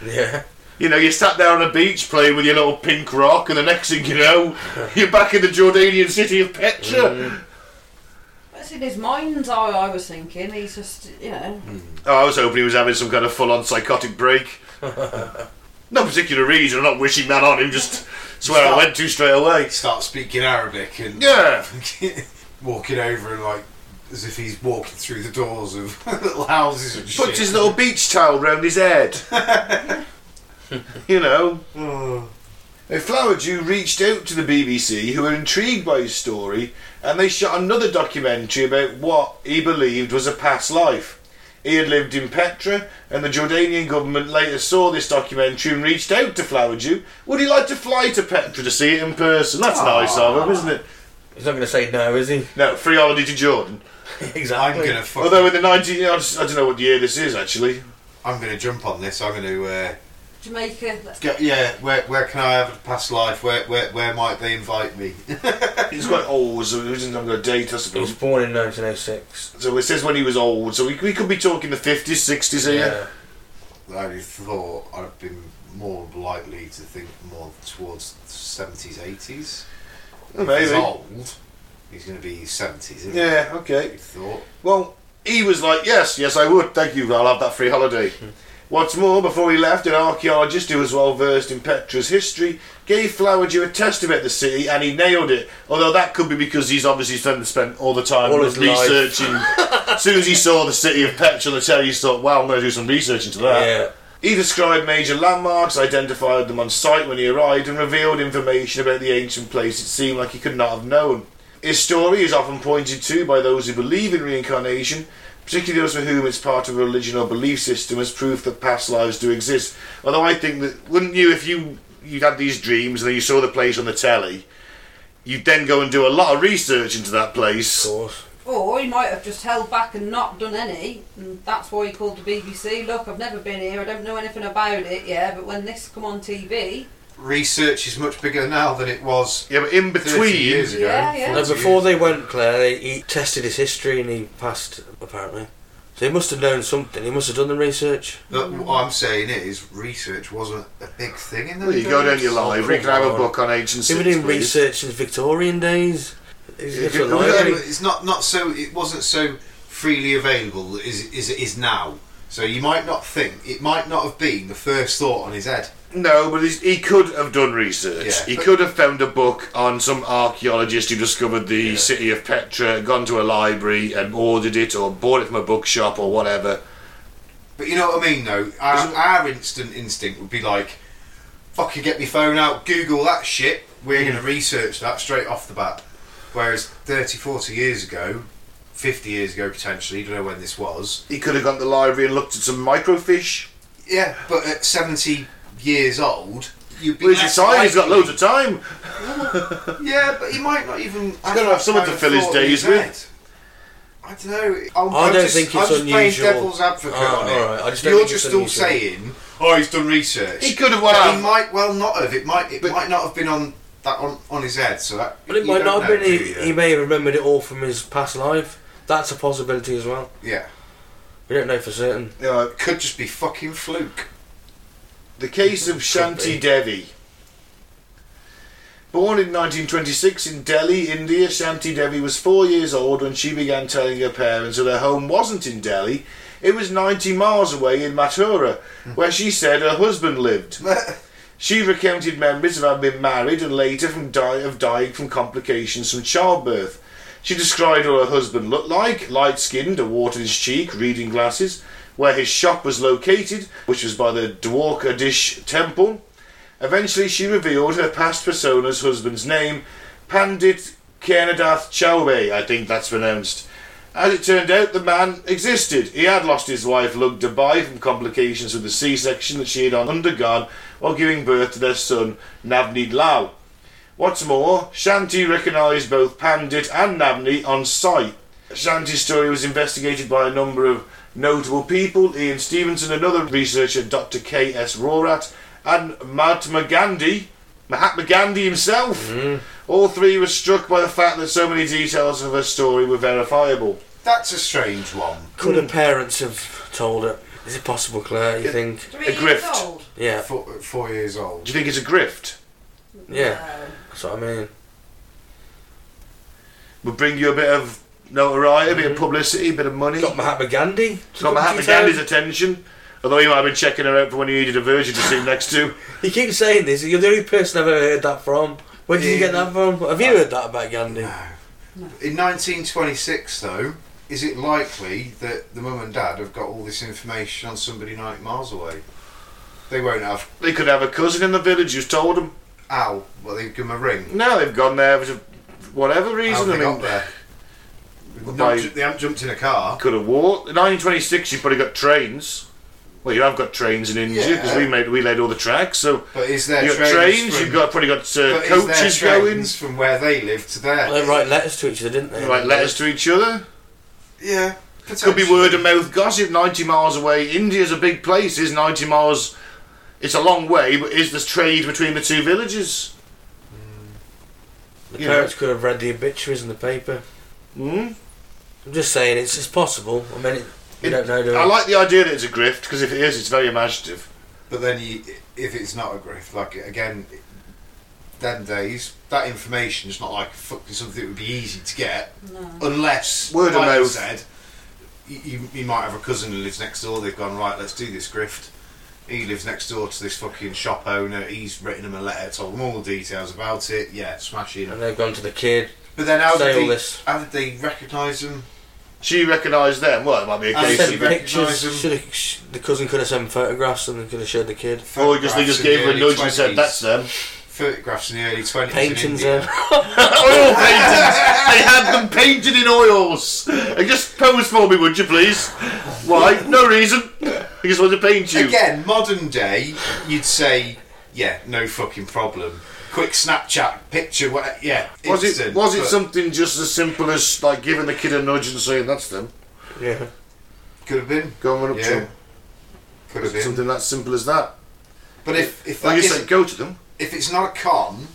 Yeah. You know, you sat there on a beach playing with your little pink rock, and the next thing you know, [laughs] you're back in the Jordanian city of Petra. That's in his mind's eye. I was thinking he's just you know Oh, I was hoping he was having some kind of full-on psychotic break. no particular reason. I'm not wishing that on him. Just swear I went to straight away. Start speaking Arabic and Yeah. [laughs] walking over and like as if he's walking through the doors of [laughs] little houses and shit. Puts his little beach towel round his head. [laughs] you know. Oh. A flower Jew reached out to the BBC, who were intrigued by his story, and they shot another documentary about what he believed was a past life. He had lived in Petra, and the Jordanian government later saw this documentary and reached out to Flower Jew. Would he like to fly to Petra to see it in person? That's nice of him, isn't it? He's not going to say no, is he? No, free holiday to Jordan. exactly. I'm gonna fucking. Although in the 19... I don't know what year this is, actually. I'm going to jump on this. I'm going to uh, Jamaica. let's- go. Yeah, where where can I have a past life? Where where where might they invite me? [laughs] He's quite old, so he wasn't going to date, I He was suppose. born in 1906. So it says when he was old, so we, we could be talking the 50s, 60s here. I only thought I'd been more likely to think more towards seventies, eighties. He's Maybe. old. He's going to be seventies, isn't he? Yeah, okay. You thought. Well, he was like, yes, yes, I would. Thank you. I'll have that free holiday. Mm. What's more, before he left, an archaeologist who was well versed in Petra's history gave Flowerdew a test about the city, and he nailed it. Although that could be because he's obviously spent, spent all the time All his life. researching. as soon as he saw the city of Petra, the telly, he thought, "Wow, I'm going to do some research into that." Yeah. He described major landmarks, identified them on site when he arrived, and revealed information about the ancient place it seemed like he could not have known. His story is often pointed to by those who believe in reincarnation, particularly those for whom it's part of a religion or belief system as proof that past lives do exist. Although I think that wouldn't you if you you had these dreams and then you saw the place on the telly, you'd then go and do a lot of research into that Of place. course. Or he might have just held back and not done any, and that's why he called the BBC. Look, I've never been here. I don't know anything about it. Yeah, but when this come on TV, Research is much bigger now than it was Yeah, but in 30 between years ago. yeah, yeah. No, 40 before they went, Claire, they, he tested his history and he passed, apparently. So he must have known something. He must have done the research. Look, what I'm saying is research wasn't a big thing in the Well, you go down your library, you can have a book on ancient He was cities. doing please. research in the Victorian days. He's a Yeah, different you- Well, library. yeah, but it's not, not so it wasn't so freely available as, as it is now. So you might not think it might not have been the first thought on his head. No, but he's, he could have done research. Yeah. He could have found a book on some archaeologist who discovered the city of Petra, gone to a library and ordered it, or bought it from a bookshop or whatever. But you know what I mean, though. Our, Isn't- our instant instinct would be like, "Fucking get me phone out, Google that shit. We're Hmm. going to research that straight off the bat." Whereas 30, 40 years ago, 50 years ago potentially, don't know when this was. He could have gone to the library and looked at some microfiche. Yeah, but at 70 years old, you'd be Whereas less his eye, he's got likely- loads of time. Yeah, but he might not even. He's gotta have someone to fill his days with. I don't know. I'm, I I'm don't just, think it's I'm just unusual. playing devil's advocate Ah, on it. alright, I just don't You're think it's just all unusual. saying, "Oh, he's done research." He could have But went he out. might well not have. It might. It But- might not have been on that on, on his head. So that. But it you might don't not have know, been. e- do He, you? he may have remembered it all from his past life. That's a possibility as well. Yeah. We don't know for certain. You know, It could just be fucking fluke. The case of [laughs] Could Shanti be. Devi. Born in 1926 in Delhi, India, Shanti Devi was four years old when she began telling her parents that her home wasn't in Delhi. It was 90 miles away in Mathura, where she said her husband lived. She recounted memories of having been married and later from die- of dying from complications from childbirth. She described what her husband looked like light skinned, a wart in his cheek, reading glasses, where his shop was located, which was by the Dwarkadish temple. Eventually, she revealed her past persona's husband's name, Pandit Kernadath Chaube, I think that's pronounced. As it turned out, the man existed. He had lost his wife, Lug Dubai, from complications with the C section that she had undergone while giving birth to their son, Navneet Lal. What's more, Shanti recognised both Pandit and Navni on site. Shanti's story was investigated by a number of notable people Ian Stevenson, another researcher, Dr. K.S. Rorat, and Mahatma Gandhi, Mahatma Gandhi himself. All three were struck by the fact that so many details of her story were verifiable. That's a strange one. Could her parents have told her? Is it possible, Claire? You think? Three A years grift. old. Yeah. Four, four years old. Do you think it's a grift? Yeah. No. That's what I mean. Would bring you a bit of notoriety, a bit of Mm-hmm. publicity, a bit of money. Got Mahatma Gandhi. to Got come Mahatma to town. Gandhi's attention. Although he might have been checking her out for when he needed a virgin to sit next to. You keep saying this. You're the only person I've ever heard that from. Where did you get that from? Have you heard that about Gandhi? In 1926, though, is it likely that the mum and dad have got all this information on somebody 90 miles away? They won't have. They could have a cousin in the village who's told them. Ow! Well, they give them a ring. No, they've gone there for whatever How reason. they I got mean, there? They've By- not ju- they haven't jumped in a car. could have walked. In 1926, you've probably got trains. Well, you have got trains in India because Yeah. we made we laid all the tracks. So But is there you've got trains? trains. from- You've got probably got uh, but is there coaches going. trains from where they live to there? Well, they write letters to each other, didn't they? They write letters to each other. Yeah. Could be word of mouth gossip. Ninety miles away, India's a big place. Is ninety miles? It's a long way, but is this trade between the two villages? The You parents could have read the obituaries in the paper. Mm? I'm just saying, it's, it's possible. I mean, it, we It- don't know. Do we? I like the idea that it's a grift because if it is, it's very imaginative. But then, you, if it's not a grift, like again, them days, that information is not like fucking something that would be easy to get, unless Word of like you mouth. said, you, you, you might have a cousin who lives next door. They've gone right, let's do this grift. He lives next door to this fucking shop owner. He's written him a letter, told him all the details about it. Yeah, smash it. and they've gone to the kid. But then how Say did, all they, this. how did they recognise him? She recognised them. Well, it might be a I case said of you that- recognise him. pictures. Should have, sh- the cousin could have sent photographs and then could have showed the kid. Or because they Oh, just Photographs in gave her a the nudge early and said, 20s. "That's them." [laughs] Photographs in the early twenties. Paintings there. Oil paintings. Oh, They had them painted in oils. And just pose for me, would you please? Why? No reason. I just want to paint you. Again, modern day, you'd say, yeah, no fucking problem. Quick Snapchat picture, what? Yeah. Was it instant, was it but something just as simple as like giving the kid a nudge and saying that's them? [laughs] yeah. Could have been. Go and run up Yeah, to Could have them. been. Something that simple as that. but if if, Like that you is, say, go to them. if it's not a con,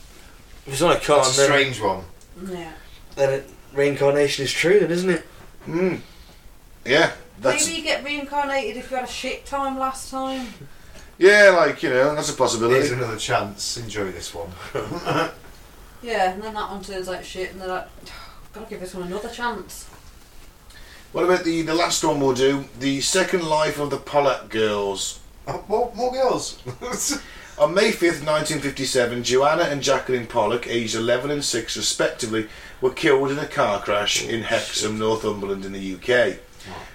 If it's not a con, that's a then, strange one. Oh, Yeah. then it, reincarnation is true, then, isn't it? Mm. Yeah, that's Maybe you get reincarnated if you had a shit time last time. yeah, like you know, that's a Here's possibility. another chance. Enjoy this one. [laughs] Yeah, and then that one turns out shit, and they're like, "Oh, gotta give this one another chance. What about the the last one we'll do? The second life of the Pollack girls. Oh, more, more girls. [laughs] On May 5th, 1957, Joanna and Jacqueline Pollock, aged 11 and 6 respectively, were killed in a car crash Oh, in Hexham, Northumberland, in the UK.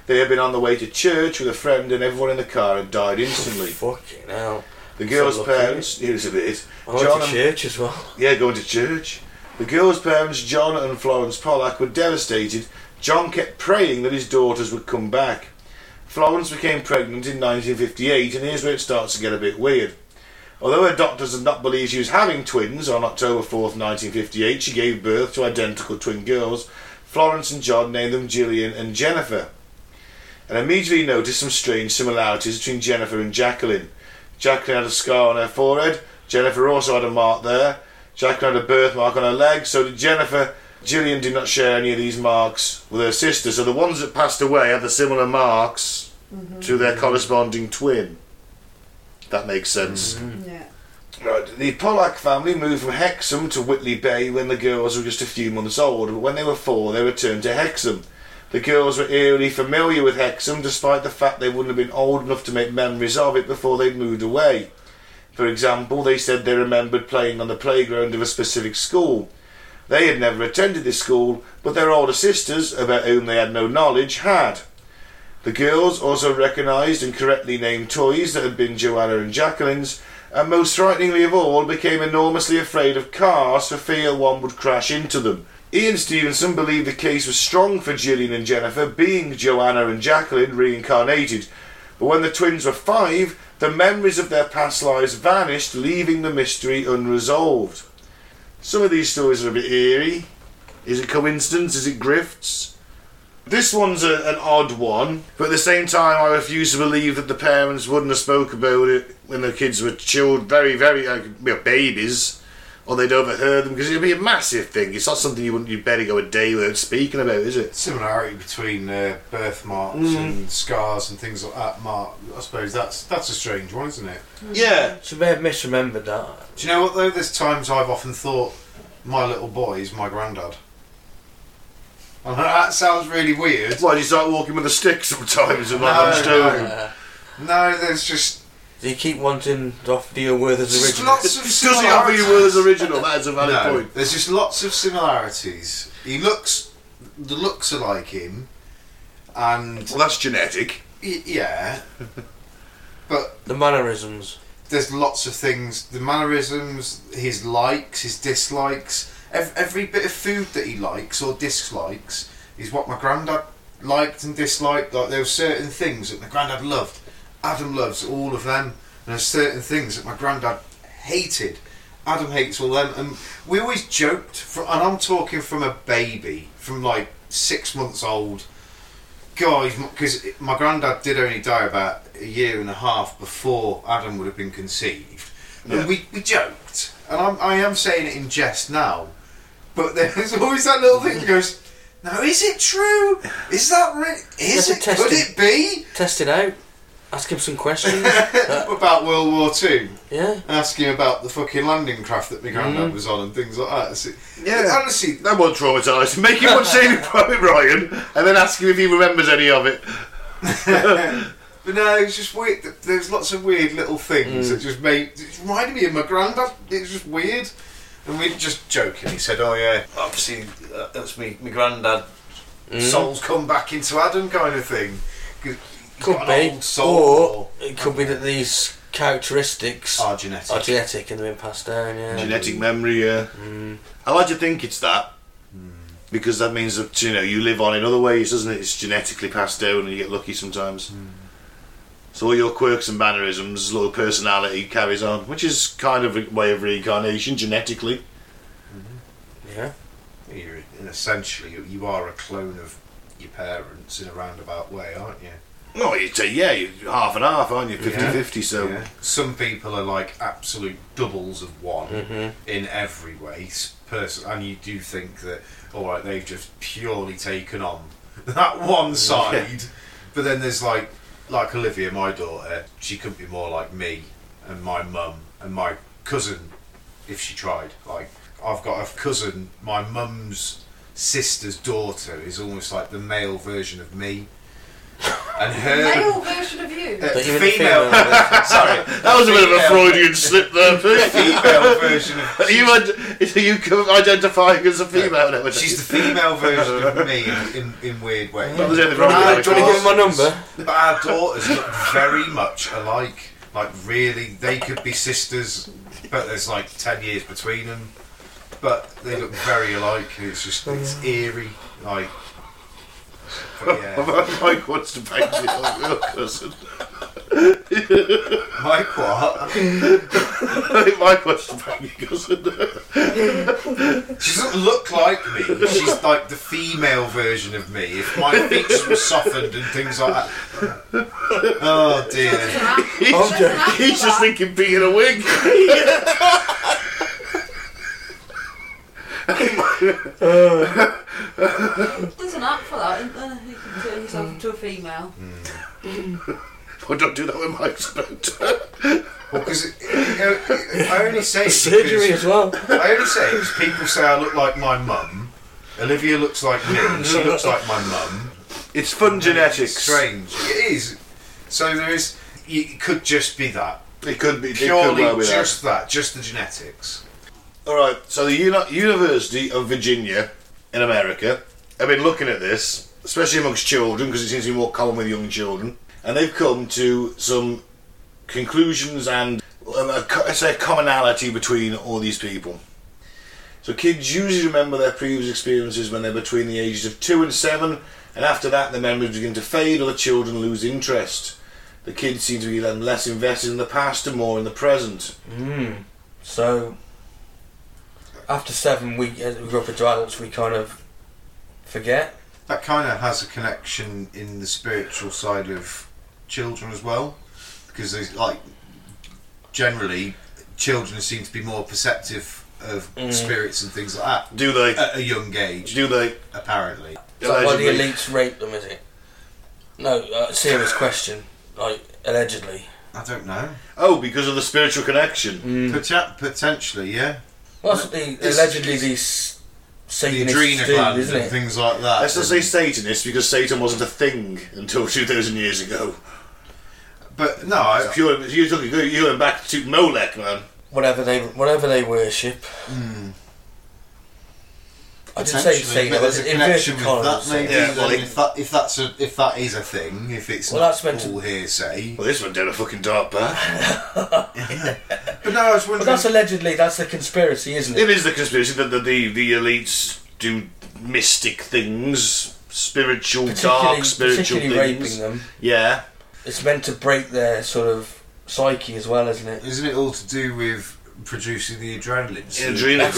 They had been on the way to church with a friend, and everyone in the car had died instantly. Fucking hell. The girls' lucky. parents, here's a bit, I went John to and- church as well. yeah, going to church. The girls' parents, John and Florence Pollack, were devastated. John kept praying that his daughters would come back. Florence became pregnant in 1958, and here's where it starts to get a bit weird. Although her doctors had not believed she was having twins, on October 4th, 1958, she gave birth to identical twin girls. Florence and John named them Gillian and Jennifer, and immediately noticed some strange similarities between Jennifer and Jacqueline. Jacqueline had a scar on her forehead, Jennifer also had a mark there. Jacqueline had a birthmark on her leg, so did Jennifer. Gillian did not share any of these marks with her sister, so the ones that passed away had the similar marks to their corresponding twin. That makes sense. Yeah. Right, the Pollack family moved from Hexham to Whitley Bay when the girls were just a few months old, but when they were four, they returned to Hexham. The girls were eerily familiar with Hexham, despite the fact they wouldn't have been old enough to make memories of it before they moved away. For example, they said they remembered playing on the playground of a specific school. They had never attended this school, but their older sisters, about whom they had no knowledge, had. The girls also recognised and correctly named toys that had been Joanna and Jacqueline's, and most frighteningly of all, became enormously afraid of cars for fear one would crash into them. Ian Stevenson believed the case was strong for Gillian and Jennifer, being Joanna and Jacqueline reincarnated. But when the twins were five, the memories of their past lives vanished, leaving the mystery unresolved. Some of these stories are a bit eerie. Is it coincidence? Is it grifts? This one's a, an odd one, but at the same time, I refuse to believe that the parents wouldn't have spoke about it when the kids were chilled, very, very like, you know, babies, or they'd overheard them because it'd be a massive thing. It's not something you wouldn't you'd barely go a day without speaking about, is it? Similarity between uh, birthmarks Mm. and scars and things like that. Mark, I suppose that's that's a strange one, isn't it? Yeah, She may have misremembered that. Do you know what though? There's times I've often thought my little boy is my granddad. And that sounds really weird. why do you start walking with a stick sometimes and like No, hunched no. over? Uh, No, there's just do you keep wanting to offer your worth as just original? lots of Does he have similarities. any words original? That is a valid No, point. there's just lots of similarities. He looks, the looks are like him, and Well, that's genetic. y- yeah, but The mannerisms. there's lots of things. The mannerisms, his likes, his dislikes, ev- every bit of food that he likes or dislikes is what my granddad liked and disliked. Like there were certain things that my granddad loved. Adam loves all of them, and there's certain things that my granddad hated. Adam hates all them, and we always joked. From, and I'm talking from a baby, from like six months old God, because my granddad did only die about a year and a half before Adam would have been conceived. Yeah. And we, we joked, and I'm, I am saying it in jest now, but [laughs] there's always that little thing that goes, now is it true? Is that re- Is Yeah, it? but Could testing. it be? Test it out. Ask him some [laughs] questions. about World War Two, yeah. and asking about the fucking landing craft that my granddad was on and things like that. So- Yeah. Honestly, That one traumatised. Make him watch Saving Private Ryan, and then ask him if he remembers any of it. But no, it's just weird. th- There's lots of weird little things Mm. that just made. It reminded me of my granddad. It was just weird. And we just joking. He said, "Oh yeah, obviously uh, that's me. My granddad Mm. soul's come back into Adam, kind of thing. 'Cause he's Could got an be. old Or soul it could be that these characteristics or, are genetic. are genetic and they've been passed down, yeah. Genetic memory, yeah. I like to think it's that. Because that means that you know you live on in other ways, doesn't it? It's genetically passed down, and you get lucky sometimes. So all your quirks and mannerisms, little personality carries on, which is kind of a way of reincarnation genetically. Yeah. You're and essentially you- you are a clone of your parents in a roundabout way, aren't you? No, you'd say yeah, you're half and half, aren't you? 50-50, So Yeah. Some people are like absolute doubles of one in every way, s- person, and you do think that all right, they've just purely taken on [laughs] that one side. But then there's like like Olivia, my daughter, she couldn't be more like me and my mum and my cousin if she tried. Like I've got a cousin, my mum's sister's daughter is almost like the male version of me. And Um, her Male version [laughs] of you. uh, But even the female female- Sorry, that was a bit of a female- Freudian slip [laughs] there. female version of. Are you ad- [laughs] so you co- identifying as a female now? [laughs] She's the female version of me in, in, in weird ways. Not [laughs] that there's anything But wrong with our that, Do you want to give him my daughters- number? But our daughters look very much alike. Like really, they could be sisters, but there's like ten years between them. But they look very alike. and It's just it's eerie. Like, but yeah. [laughs] Mike wants to bang me oh, on your [laughs] cousin. Mike, what? Mike wants to bang your cousin. She doesn't look like me. She's like the female version of me. If my features were softened and things like that. Oh dear. He's, [laughs] joking. he's just thinking being a wig. [laughs] There's an app for that, isn't there? You can turn yourself Hmm. into a female. Oh, don't do that with Mike's about. Well, because you know, I only say it Surgery as because- well. I only say it because people say I look like my mum. Olivia looks like me. She looks like my mum. It's fun genetics. Strange. It is. So there is. You, it could just be that. It could be it could Purely well be that. just that. Just the genetics. All right. So the Uni- University of Virginia in America have been looking at this, especially amongst children, because it seems to be more common with young children, and they've come to some conclusions and um, a, co- I'd say a commonality between all these people. So kids usually remember their previous experiences when they're between the ages of two and seven, and after that, their memories begin to fade or the children lose interest. The kids seem to be then less invested in the past and more in the present. Hmm. So, after seven, we, as we grow up into adults, we kind of forget. That kind of has a connection in the spiritual side of children as well, because there's like generally children seem to be more perceptive of Mm. spirits and things like that Do they? at a young age, do they? apparently. Is that why the Allegedly. elites rape them, is it? No, uh, serious question. Like, allegedly. I don't know. Oh, because of the spiritual connection. Mm. Poten- potentially, yeah. Well, that's what the, It's- allegedly it's- these The Satanists adrenal do, glands isn't and it? things like that. Let's not say Satanist because Satan wasn't a thing until [laughs] 2,000 years ago. but no, I, If you're, if you're, talking, you're going back to Molech, man. Whatever they, whatever they worship. I didn't say Hmm. potentially, Satan. but I there's was a inverted connection with commas. that. Maybe so- Yeah, then well, it- if that if that's a if that is a thing, if it's Well, not that's meant to- all hearsay. Well, this went down a fucking dark path. But no, I was But wondering. that's allegedly. That's the conspiracy, isn't it? [laughs] it is the conspiracy that the, the, the elites do mystic things, spiritual, Particularly, dark spiritual particularly things. raping them. Yeah. It's meant to break their sort of psyche as well, isn't it? Isn't it all to do with producing the adrenaline? Adrenochrome. That's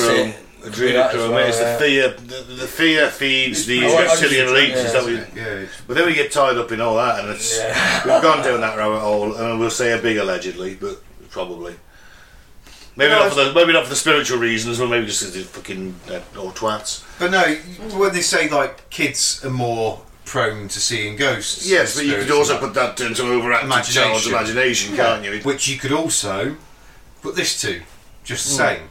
it. adrenochrome. It's the yeah. fear. The, the fear feeds these Oh, I- I just- reptilian elites. yeah. is that what you- Yeah. But then we get tied up in all that, and it's we've gone down that rabbit hole, and we'll say a big allegedly, but probably. Maybe No, not for the maybe not for the spiritual reasons, but maybe just because they're fucking uh, all twats. But no, when they say like kids are more prone to seeing ghosts. Yes, but you could spirits also and that, put that into overactive Imagination. child's imagination, can't you? It- which you could also put this to, just Hmm. the same.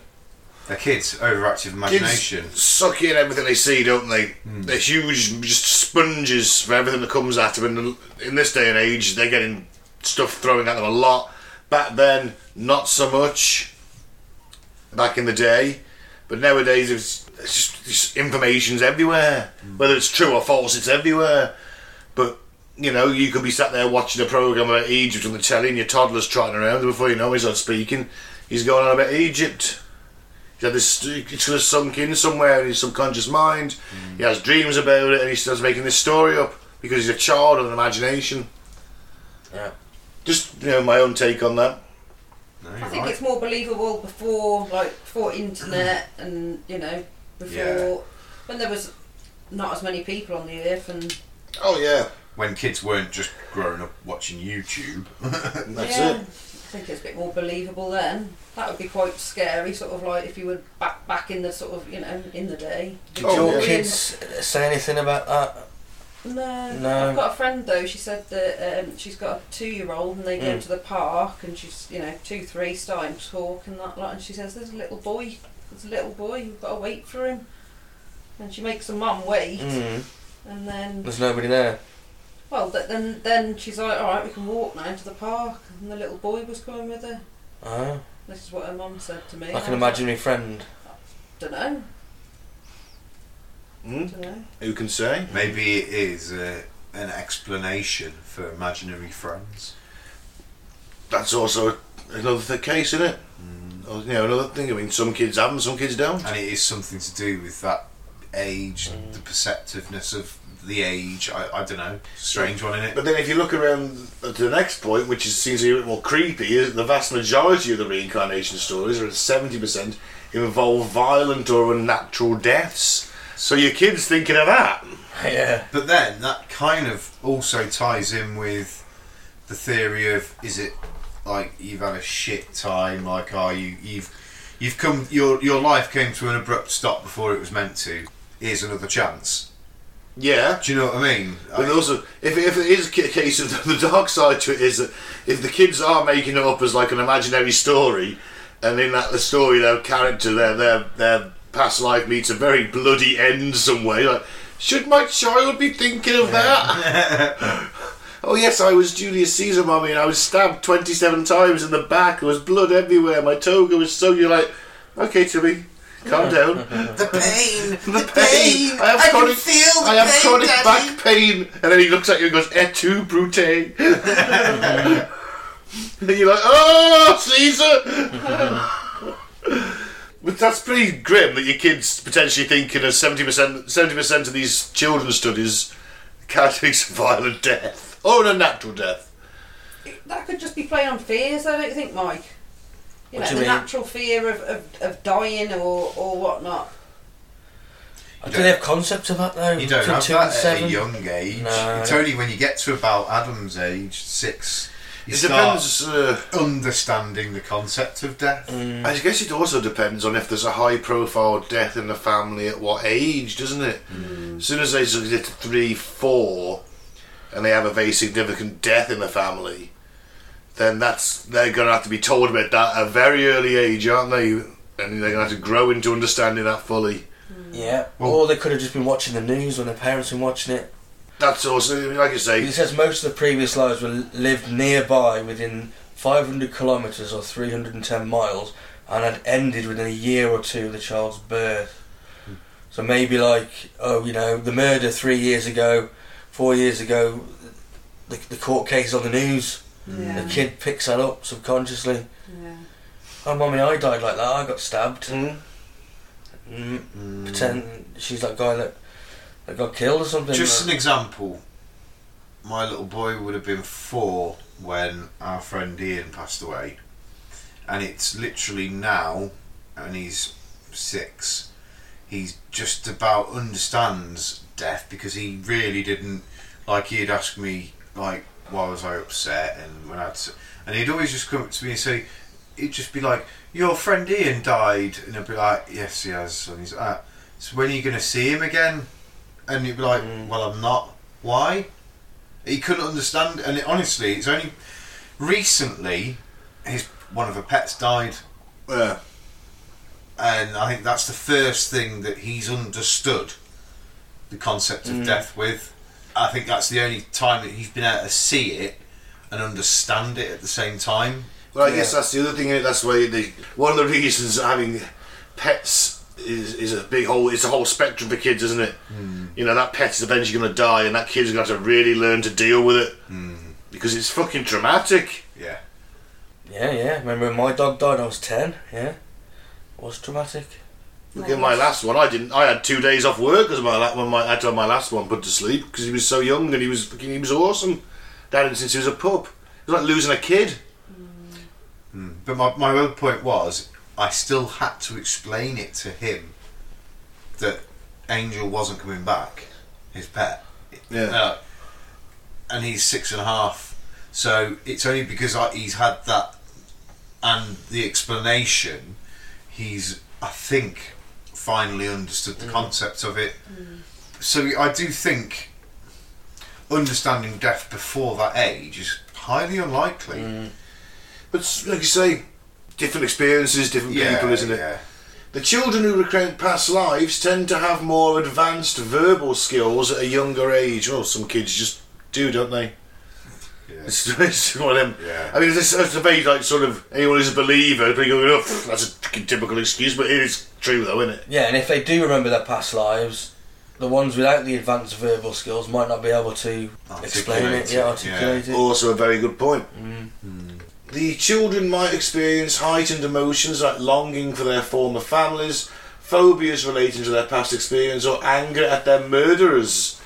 They're kids, overactive imagination. Kids suck in everything they see, don't they? They're huge, just sponges for everything that comes at them. And in this day and age, they're getting stuff thrown at them a lot. Back then, not so much. Back in the day, but nowadays it's, it's just it's, information's everywhere. Whether it's true or false, it's everywhere. But you know, you could be sat there watching a program about Egypt on the telly, and your toddler's trotting around, and before you know, it, he's not speaking. He's going on about Egypt. He's had this, it's sort of sunk in somewhere in his subconscious mind. He has dreams about it and he starts making this story up because he's a child of an imagination. Yeah. Just, you know, my own take on that. No, I you're think right. it's more believable before, like, before internet and you know, before Yeah. when there was not as many people on the earth and Oh, yeah. When kids weren't just growing up watching [laughs] YouTube. That's yeah, it. I think it's a bit more believable then. That would be quite scary, sort of like if you were back back in the sort of you know in the day. Did Oh, your yeah. kids uh, say anything about that? No, No. I've got a friend though. She said that um, she's got a two-year-old, and they go to the park, and she's you know two, three, starting to talk and that lot. And she says, "There's a little boy. There's a little boy. You've got to wait for him." And she makes the mum wait, Mm. and then There's nobody there. well, th- then then she's like, "All right, we can walk now to the park." And the little boy was coming with her. Oh. This is what her mum said to me. Like an imaginary [laughs] friend. Don't know. Hmm? Don't know. Who can say? Maybe it is uh, an explanation for imaginary friends. That's also another th- case, isn't it? Or, you know, another thing. I mean, some kids have them, some kids don't. And it is something to do with that age, the Mm. perceptiveness of the age. I, I don't know. Strange one, innit? But then if you look around at the next point, which is, seems to be a bit more creepy, is the vast majority of the reincarnation stories, or 70%, involve violent or unnatural deaths. So your kid's thinking of that. yeah. But then that kind of also ties in with the theory of is it like you've had a shit time? Like are you you've you've come your your life came to an abrupt stop before it was meant to. Here's another chance. Yeah. Do you know what I mean? But also, if, if it is a case of [laughs] the dark side to it is that if the kids are making it up as like an imaginary story, and in that the story their character their their their past life meets a very bloody end some way. Like, should my child be thinking of that? oh yes, I was Julius Caesar, mummy, and I was stabbed twenty-seven times in the back. There was blood everywhere. My toga was so. You're like, okay, Timmy, calm down. the pain, the pain. I have chronic, I have chronic back pain. And then he looks at you and goes, Et tu, Brute? [laughs] and you're like, Oh, Caesar! [laughs] but that's pretty grim that your kid's potentially thinking of 70%, 70% of these children's studies characteristics of violent death or a Oh, natural death. That could just be playing on fears, I don't think, Mike. You What know, do you the mean? natural fear of, of, of dying or, or whatnot. I don't have concept of that though. You don't Between have two and that eh, at a seven. young age. No. It's only when you get to about Adam's age, six, you It start depends. Uh, understanding the concept of death. I guess it also depends on if there's a high profile death in the family at what age, doesn't it? As soon as they sort of get to three, four, and they have a very significant death in the family, then that's they're going to have to be told about that at a very early age, aren't they? And they're going to have to grow into understanding that fully. Yeah. Well- or they could have just been watching the news when their parents were watching it. That's also, like I say, It says most of the previous lives were lived nearby within 500 kilometres or 310 miles and had ended within a year or two of the child's birth. Hmm. So maybe like, oh, you know, the murder three years ago, four years ago, the, the court case on the news, Yeah. the kid picks that up subconsciously. yeah. Oh, mummy, I died like that, I got stabbed. Mm. Pretend she's that guy that, that got killed or something. Just an example. My little boy would have been four when our friend Ian passed away, and it's literally now, and he's six. he's just about understands death because he really didn't like he'd ask me like why was I upset and when I'd s- and he'd always just come up to me and say he'd just be like your friend Ian died and I'd be like yes he has and he's ah so when are you going to see him again and he'd be like well I'm not why he couldn't understand and it, honestly it's only recently his one of her pets died Yeah. and I think that's the first thing that he's understood the concept of death with. I think that's the only time that he's been able to see it and understand it at the same time. Well, I guess that's the other thing. innit? That's why the one of the reasons having pets is, is a big whole. It's a whole spectrum for kids, isn't it? Hmm. Mm. You know that pet is eventually going to die, and that kid's going to have to really learn to deal with it Hmm. because it's fucking traumatic. Yeah. Yeah, yeah. Remember when my dog died? I was ten. Yeah, it was traumatic. Look at my last one. I didn't. I had two days off work because my la- when my I had to have my last one put to sleep because he was so young and he was fucking he was awesome. Dad him since he was a pup. It was like losing a kid. But my, my other point was, I still had to explain it to him that Angel wasn't coming back, his pet. Yeah. Uh, and he's six and a half. So it's only because I, he's had that and the explanation, he's, I think, finally understood the concept of it. So I do think understanding death before that age is highly unlikely. Mm. But s- like you say, different experiences, different people, isn't it? yeah. The children who recount past lives tend to have more advanced verbal skills at a younger age. Well, some kids just do, don't they? [laughs] Yeah. It's, it's one of them. Yeah. I mean, it's, it's a very like sort of anyone who's a believer, but you go, oh, pff, that's a fucking typical excuse, but it is true though, isn't it? Yeah, and if they do remember their past lives, the ones without the advanced verbal skills might not be able to explain Articulate it. Yeah, it, yeah. articulate it. Also, a very good point. Mm. The children might experience heightened emotions like longing for their former families, phobias relating to their past experience, or anger at their murderers.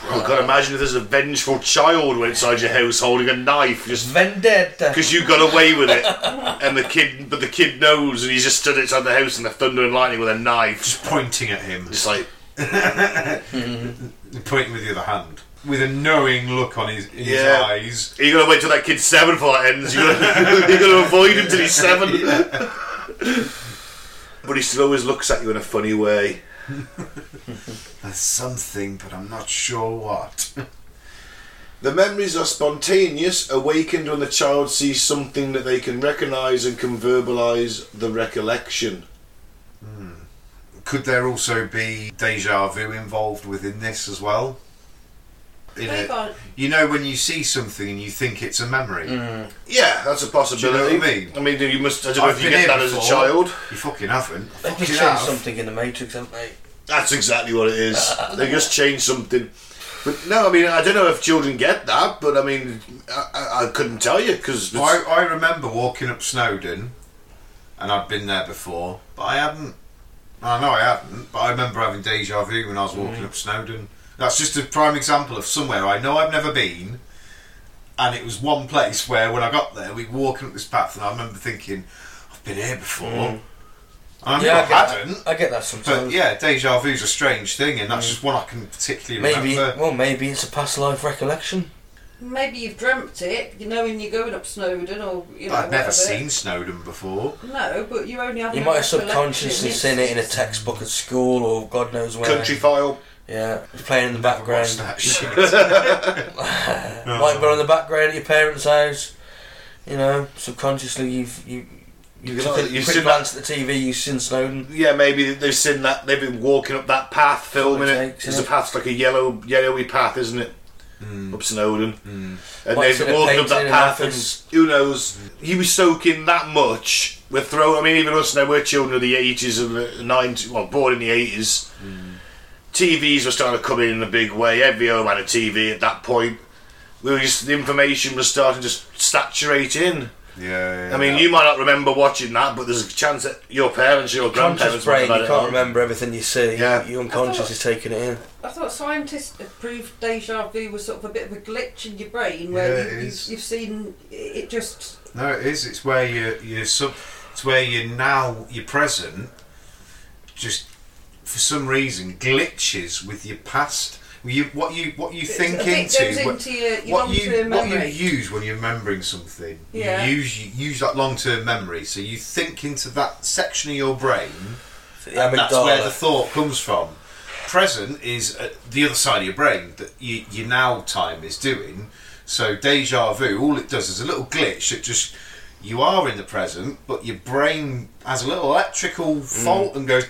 I can't imagine if there's a vengeful child inside your house holding a knife just Vendetta. because you got away with it, and the kid, but the kid knows, and he's just stood outside the house in the thunder and lightning with a knife, Pointing at him. just like pointing with the other hand, with a knowing look on his in Yeah. his eyes. you got to wait till that kid's seven before that ends. You [laughs] got to avoid him till he's seven. [laughs] But he still always looks at you in a funny way. There's something, but I'm not sure what. [laughs] The memories are spontaneous, awakened when the child sees something that they can recognise and can verbalise the recollection. Could there also be deja vu involved within this as well? In Maybe it, I- you know, when you see something and you think it's a memory, Yeah, that's a possibility. what I mean? I mean, you must. I Mm. don't know I've if you been get here that as a before. child. you fucking haven't. I They've fucking just have. changed something in the Matrix, haven't they? That's exactly what it [laughs] is. they just changed something. But no, I mean, I don't know if children get that, but I mean, I, I, I couldn't tell you because. I, I remember walking up Snowdon, and I'd been there before, but I hadn't. I know I hadn't, but I remember having deja vu when I was Mm. walking up Snowdon. That's just a prime example of somewhere I know I've never been, and it was one place where when I got there, we were walking up this path, and I remember thinking, I've been here before. I remember Mm. Yeah, I I get, hadn't. that. I get that But sometimes. yeah, deja vu's a strange thing, and that's just one I can particularly Mm. Maybe, remember. well, maybe it's a past life recollection. Maybe you've dreamt it, you knowing you're going up Snowden or you know. I'd never whatever. seen Snowdon before. No, but you only have. You a might have recollection. subconsciously It's- seen it in a textbook at school or God knows where. Country file. Yeah, it's playing in the I've watched background. [laughs] that shit. Might be on the background at your parents' house. You know, subconsciously you've you you You've took got- a you've quick seen glance at the TV. You've seen Snowden. Yeah, maybe they've seen that. They've been walking up that path, filming it. takes, Because yeah. the path's like a yellow, yellowy path, isn't it? Up Snowden, and Might they've been have seen a walking up painting that in path, Athens. and who knows? He was soaking that much. We're throwing. I mean, even us now, we're children of the eighties and the nineties. Well, born in the eighties. TVs were starting to come in in a big way. Every home had a TV at that point. We were just the information was starting to s- saturate in. Yeah, yeah, I mean, yeah. you might not remember watching that, but there's a chance that your parents or your Conscious grandparents might brain. have had You it can't on. remember everything you see. Yeah. you unconsciously taking it in. I thought scientists had proved deja vu was sort of a bit of a glitch in your brain where Yeah, you, it you, is. you've seen it just. No, it is. It's where you you sub. It's where you now you're present. Just for some reason glitches with your past. You, what you what you think I think into, goes what- into your, your what long-term you what you memory. use when you're remembering something. Yeah. You use you use that long term memory, so you think into that section of your brain, The and that's amygdala. where the thought comes from. Present is uh, the other side of your brain that you, your now time is doing. So deja vu, all it does is a little glitch that just you are in the present, but your brain has a little electrical Mm. fault and goes.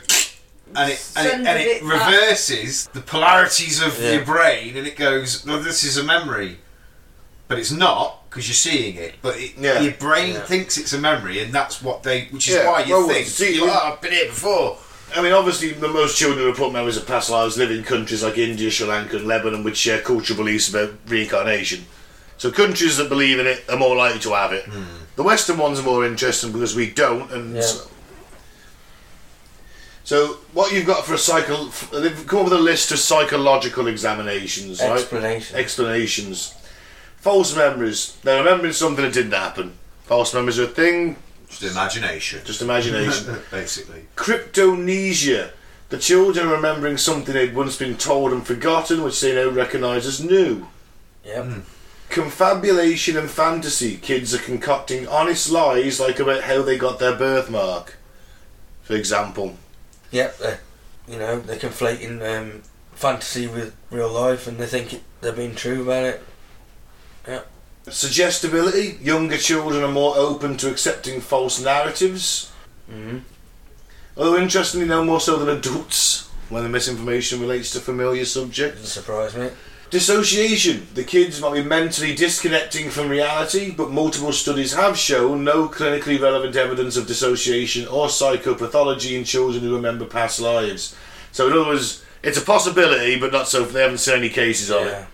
And it, and it, Sends and a it bit up. reverses the polarities of Yeah. your brain and it goes, no, this is a memory but it's not because you're seeing it. But it, Yeah. your brain Yeah. thinks it's a memory, and that's what they, which is Yeah, why you well, think see, you you- are, I've been here before. I mean, obviously, the most children report memories of past lives live in countries like India, Sri Lanka, and Lebanon, which share cultural beliefs about reincarnation. So, countries that believe in it are more likely to have it. The Western ones are more interesting because we don't, and Yeah. so, so what you've got for a cycle? They've come up with a list of psychological examinations, right? Explanation. Explanations. False memories. They're remembering something that didn't happen. False memories are a thing. Just imagination, Just imagination. [laughs] basically. Cryptonesia. The children are remembering something they'd once been told and forgotten, which they now recognise as new. Yep. Confabulation and fantasy. Kids are concocting honest lies, like about how they got their birthmark. For example. Yep. They, you know, they're conflating um, fantasy with real life, and they think it, they're being true about it. Suggestibility. Younger children are more open to accepting false narratives. Mhm. Although, interestingly, no more so than adults when the misinformation relates to familiar subjects. Doesn't surprise me. Dissociation. The kids might be mentally disconnecting from reality, but multiple studies have shown no clinically relevant evidence of dissociation or psychopathology in children who remember past lives. So, in other words, it's a possibility, but not so. They haven't seen any cases of Yeah.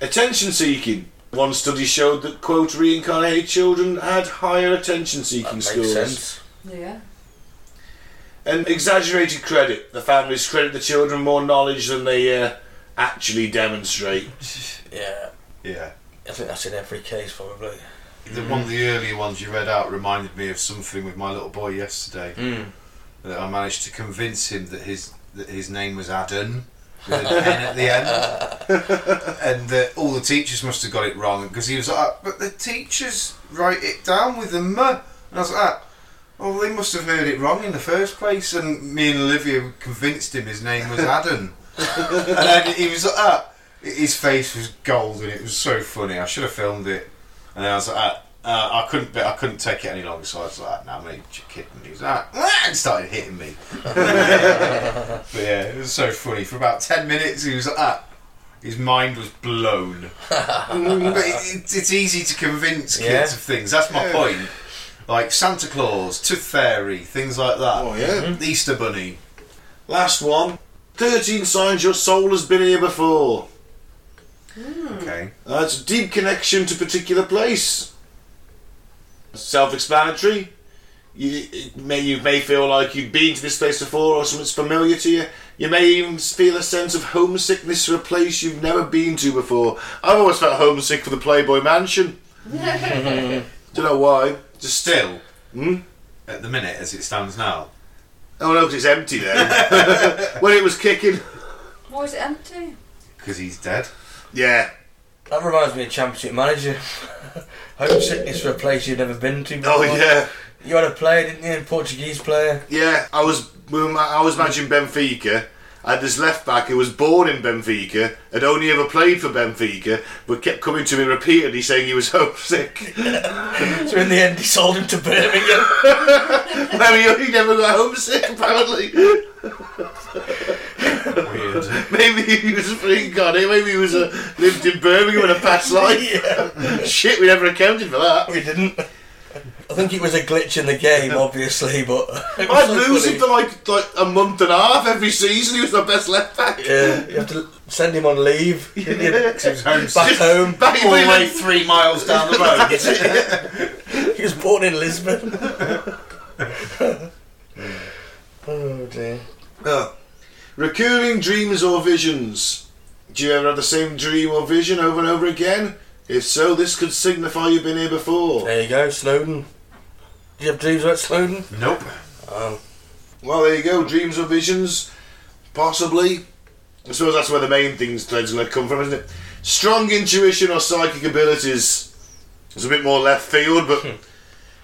it. Attention seeking. One study showed that quote reincarnated children had higher attention That seeking makes skills sense. Yeah. and exaggerated credit. The families credit the children more knowledge than they uh, actually demonstrate. Yeah. Yeah. I think that's in every case probably. The, one of the earlier ones you read out reminded me of something with my little boy yesterday. Mm. That I managed to convince him that his that his name was Adam with an N at the end, [laughs] and that all the teachers must have got it wrong because he was like, "Ah, "But the teachers write it down with a M," and I was like. "Ah, Well, they must have heard it wrong in the first place, and me and Olivia convinced him his name [laughs] was Adam. and then he was like, ah, his face was gold, and it was so funny. I should have filmed it. And then I was like, ah, uh, I couldn't, be, I couldn't take it any longer, so I was like, nah, I'm only j- kidding. And he was like, ah, and started hitting [laughs] me. but yeah, it was so funny. For about ten minutes, he was like, ah. His mind was [laughs] blown. but it, it, it's easy to convince kids Yeah. of things. That's my point like Santa Claus, Tooth Fairy, things like that. Oh, Mm-hmm. yeah. Easter Bunny. Last one. 13 signs your soul has been here before. Okay. Uh, it's a deep connection to particular place. Self explanatory. You, it may, you may feel like you've been to this place before or something's familiar to you. You may even feel a sense of homesickness for a place you've never been to before. I've always felt homesick for the Playboy Mansion. Don't know why. Just still. Still, Hmm? at the minute as it stands now. Oh no, 'cause it's empty there. [laughs] when it was kicking. Why is it empty? Because he's dead. Yeah. That reminds me of Championship Manager. [laughs] Homesickness for a place you've never been to before. Oh yeah. You had a player, didn't you? A Portuguese player. Yeah, I was we were ma- I was managing Benfica. I had this left back who was born in Benfica, had only ever played for Benfica, but kept coming to me repeatedly saying he was [laughs] [laughs] homesick. So in the end, he sold him to Birmingham. well, he only never got homesick, apparently. Weird. Maybe he was free God, maybe he was uh, lived in Birmingham in a past [laughs] life. yeah, Shit, we never accounted for that. we didn't. I think it was a glitch in the game, obviously, but [laughs] it was I'd so lose funny. him for like like a month and a half every season. He was my best left back. Yeah, you have to send him on leave. didn't you? Back Homesick. home. Back All when he [laughs] the way went- three miles down the road. He was born in Lisbon. [laughs] oh dear. Oh. Recurring dreams or visions. Do you ever have the same dream or vision over and over again? If so, this could signify you've been here before. There you go, Snowden. Do you have dreams about Snowden? nope. Oh, Well, there you go, dreams or visions. Possibly. I suppose that's where the main things Ted's going to come from, isn't it? Strong intuition or psychic abilities. It's a bit more left field, but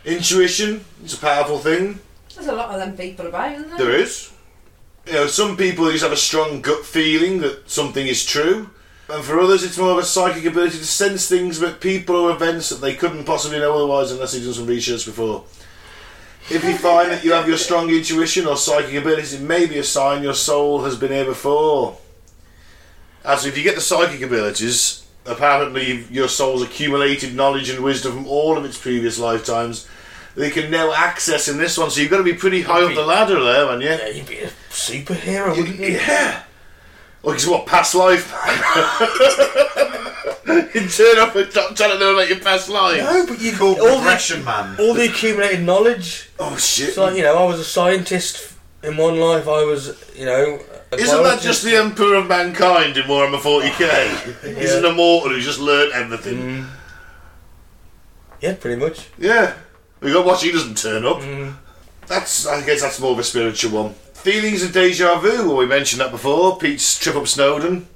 intuition is a powerful thing. There's a lot of them people about, isn't there? There is. You know, some people just have a strong gut feeling that something is true, and for others, it's more of a psychic ability to sense things about people or events that they couldn't possibly know otherwise unless they've done some research before. If you find that you have your strong intuition or psychic ability, it may be a sign your soul has been here before. As if you get the psychic abilities, apparently you've- your soul's accumulated knowledge and wisdom from all of its previous lifetimes. They can now access in this one, so you've got to be pretty high up the ladder there, haven't you? Yeah, you'd be a superhero, wouldn't you? Yeah. Well, it's what past life. [laughs] you turn up and stop telling them about your past life. No, but you Called all the, Regression Man. all the accumulated knowledge. Oh shit! It's like you know, I was a scientist in one life. I was, you know, a Isn't that biologist. just the emperor of mankind in Warhammer [laughs] 40k? He's an immortal who's just learnt everything. Mm. yeah, pretty much. Yeah, we got watch. He doesn't turn up. Mm. That's I guess that's more of a spiritual one. Feelings of deja vu. Well, we mentioned that before. Pete's trip up Snowden.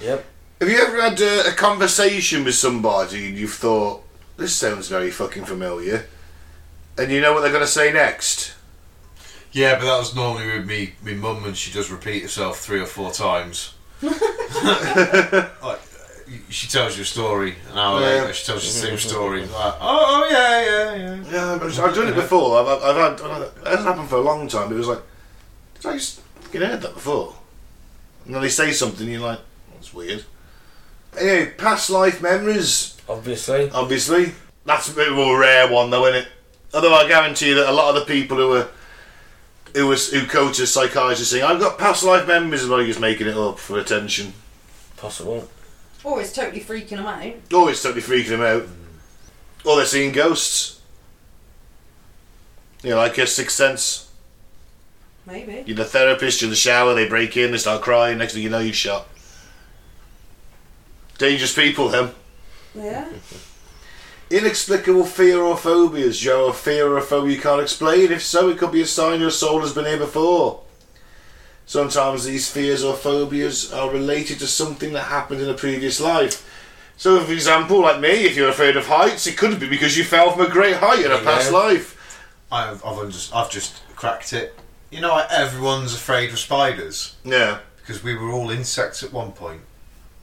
Yep. Have you ever had a, a conversation with somebody and you've thought, this sounds very fucking familiar, and you know what they're going to say next? Yeah, but that was normally with me, me mum, and she does repeat herself three or four times. like, she tells you a story an hour Yeah. later. She tells you the same story. Like, oh, oh yeah, yeah, yeah. Yeah, I've, I've done it before. I've, I've, I've had, it hasn't happened for a long time. It was like, did I just fucking heard that before? And then they say something, you're like, that's weird. Anyway, past life memories. Obviously. obviously. That's a bit of a rare one, though, isn't it? Although I guarantee that a lot of the people who are who was who coach as psychiatrists saying, "I've got past life memories," and just making it up for attention. Possible. Or Oh, it's totally freaking them out. Or it's totally freaking them out. Or they're seeing ghosts. You know, like a sixth sense. Maybe. You're the therapist. You're in the shower. They break in. They start crying. Next thing you know, you've shot. Dangerous people, them. Yeah. Inexplicable fear or phobias. Do you have a fear or a phobia you can't explain? If so, it could be a sign your soul has been here before. Sometimes these fears or phobias are related to something that happened in a previous life. So, for example, like me, if you're afraid of heights, it could be because you fell from a great height in a past Yeah. life. I've, I've just, I've just cracked it. You know, like everyone's afraid of spiders Yeah. because we were all insects at one point.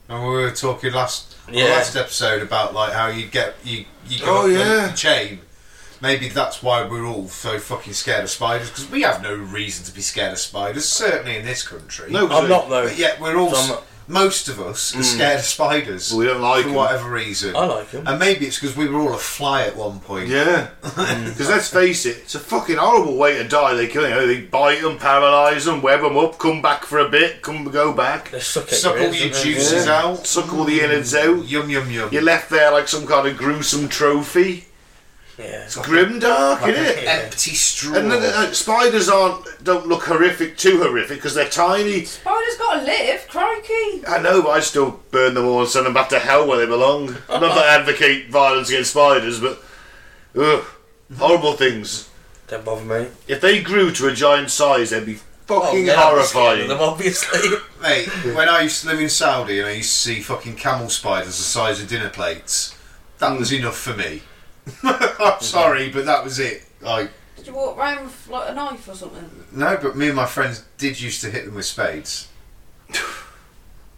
And we were talking last Yeah. last episode about like how you get you you go Oh, up the- yeah. the chain. Maybe that's why we're all so fucking scared of spiders because we have no reason to be scared of spiders. Certainly in this country. No, 'cause I'm not though. But yet we're all, Some- most of us, are scared of spiders. We don't like for 'em. whatever reason. I like him. And maybe it's because we were all a fly at one [laughs] point. Yeah. Because let's face it, it's a fucking horrible way to die. They kill you. know, They bite them, paralyse them, web them up, come back for a bit, come go back, They suck at Suck all grids, your don't they? juices Yeah. out. suck all the innards out. Yum yum yum. You're left there like some kind of gruesome trophy. Yeah. It's grim dark, isn't it? Empty straw. And then, uh, spiders aren't don't look horrific, too horrific, because they're tiny. Spider's got to live, crikey. I know, but I still burn them all and send them back to hell where they belong. Not that I advocate violence against spiders, but ugh, horrible things. Don't bother me. If they grew to a giant size, they'd be fucking Oh, yeah, I'm scared of horrifying. Them obviously. [laughs] Mate, when I used to live in Saudi and I used to see fucking camel spiders the size of dinner plates, that was enough for me. [laughs] I'm sorry, but that was it. Like, Did you walk round with like a knife or something? no, but me and my friends did used to hit them with spades.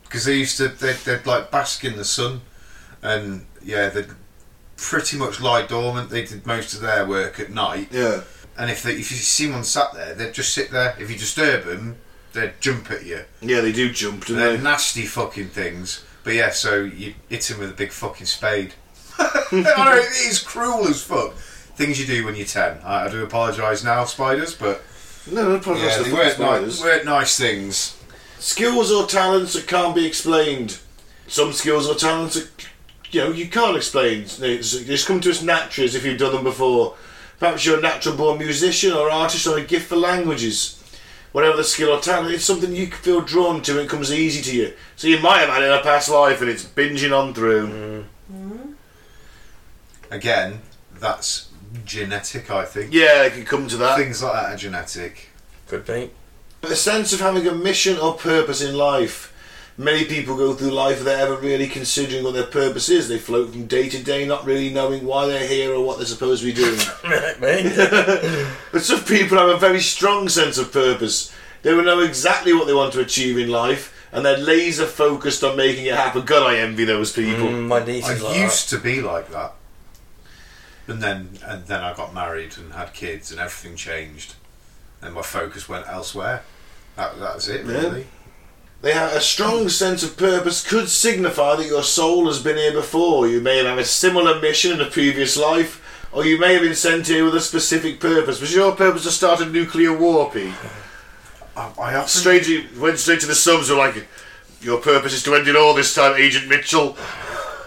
Because they used to, they'd, they'd like bask in the sun and yeah, they'd pretty much lie dormant. They did most of their work at night. Yeah. And if, they, if you see one sat there, they'd just sit there. If you disturb them, they'd jump at you. Yeah, they do jump, don't They're they? nasty fucking things. But yeah, so you hit him with a big fucking spade. [laughs] I know, it is cruel as fuck. Things you do when you're 10. I, I do apologise now, spiders, but No, no problem. yeah, that's the they fucking weren't, spiders. nice, weren't nice things. skills or talents that can't be explained. Some skills or talents that you know you can't explain. They they just come to us naturally as if you've done them before. Perhaps you're a natural born musician or artist or a gift for languages. Whatever the skill or talent, it's something you feel drawn to and it comes easy to you. So you might have had it in a past life and it's binging on through. Again, that's genetic, I think. Yeah, I can come to that. Things like that are genetic. Could be. [laughs] A sense of having a mission or purpose in life. Many people go through life without ever really considering what their purpose is. They float from day to day, not really knowing why they're here or what they're supposed to be doing. Me? [laughs] But some people have a very strong sense of purpose. They will know exactly what they want to achieve in life, and they're laser focused on making it happen. God, I envy those people. My niece I is like used to be like that, and then and then I got married and had kids, and everything changed, and my focus went elsewhere. That, that's it, Yeah. really. They have a strong sense of purpose could signify that your soul has been here before. You may have had a similar mission in a previous life, or you may have been sent here with a specific purpose. Was your purpose to start a nuclear war, Pete? I, I often Strangely, went straight to the subs who were like, Your purpose is to end it all this time, Agent Mitchell.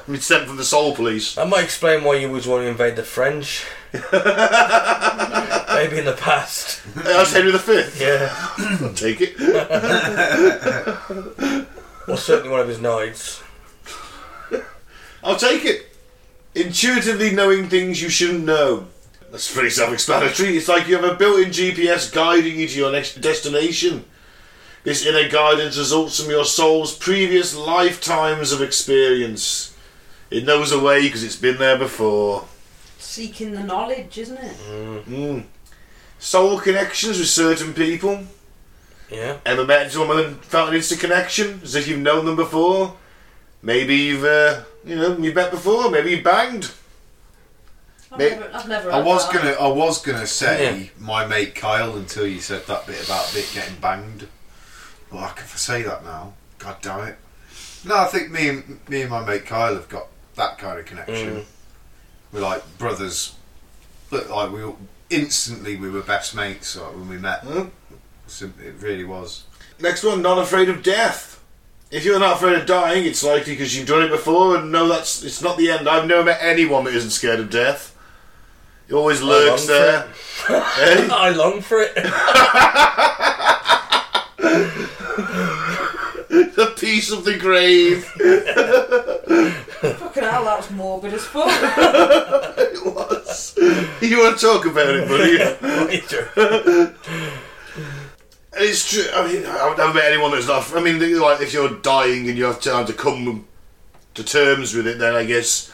Been sent from the Soul Police. that. That might explain why you would want to invade the French. Maybe in the past. [laughs] That's Henry V. Yeah. Take it. Or certainly one of his knights. I'll take it. Intuitively knowing things you shouldn't know. That's pretty self explanatory. It's like you have a built in GPS guiding you to your next destination. This inner guidance results from your soul's previous lifetimes of experience. It knows a way because it's been there before. Seeking the knowledge, isn't it? Mm. Soul connections with certain people. Yeah. Ever met someone and felt an instant connection as if you've known them before? Maybe you've, uh, you know, you met before. Maybe you banged. I've Mate, never, I've never I had was that. gonna, I was gonna say Yeah. my mate Kyle until you said that bit about it getting banged. Well, I can say that now. God damn it! No, I think me and me and my mate Kyle have got that kind of connection. We're like brothers, but like we all, instantly we were best mates like, when we met. Hmm. So it really was. Next one, not afraid of death. If you're not afraid of dying, it's likely because you've done it before and know that's it's not the end. I've never met anyone that isn't scared of death. It always lurks for there. Eh? [laughs] I long for it. the peace of the grave. [laughs] Fucking hell, that was morbid as [laughs] fuck. It was. You want to talk about it, buddy? Later. And it's true. I mean, I've never met anyone that's not. I mean, like if you're dying and you have time to come to terms with it, then I guess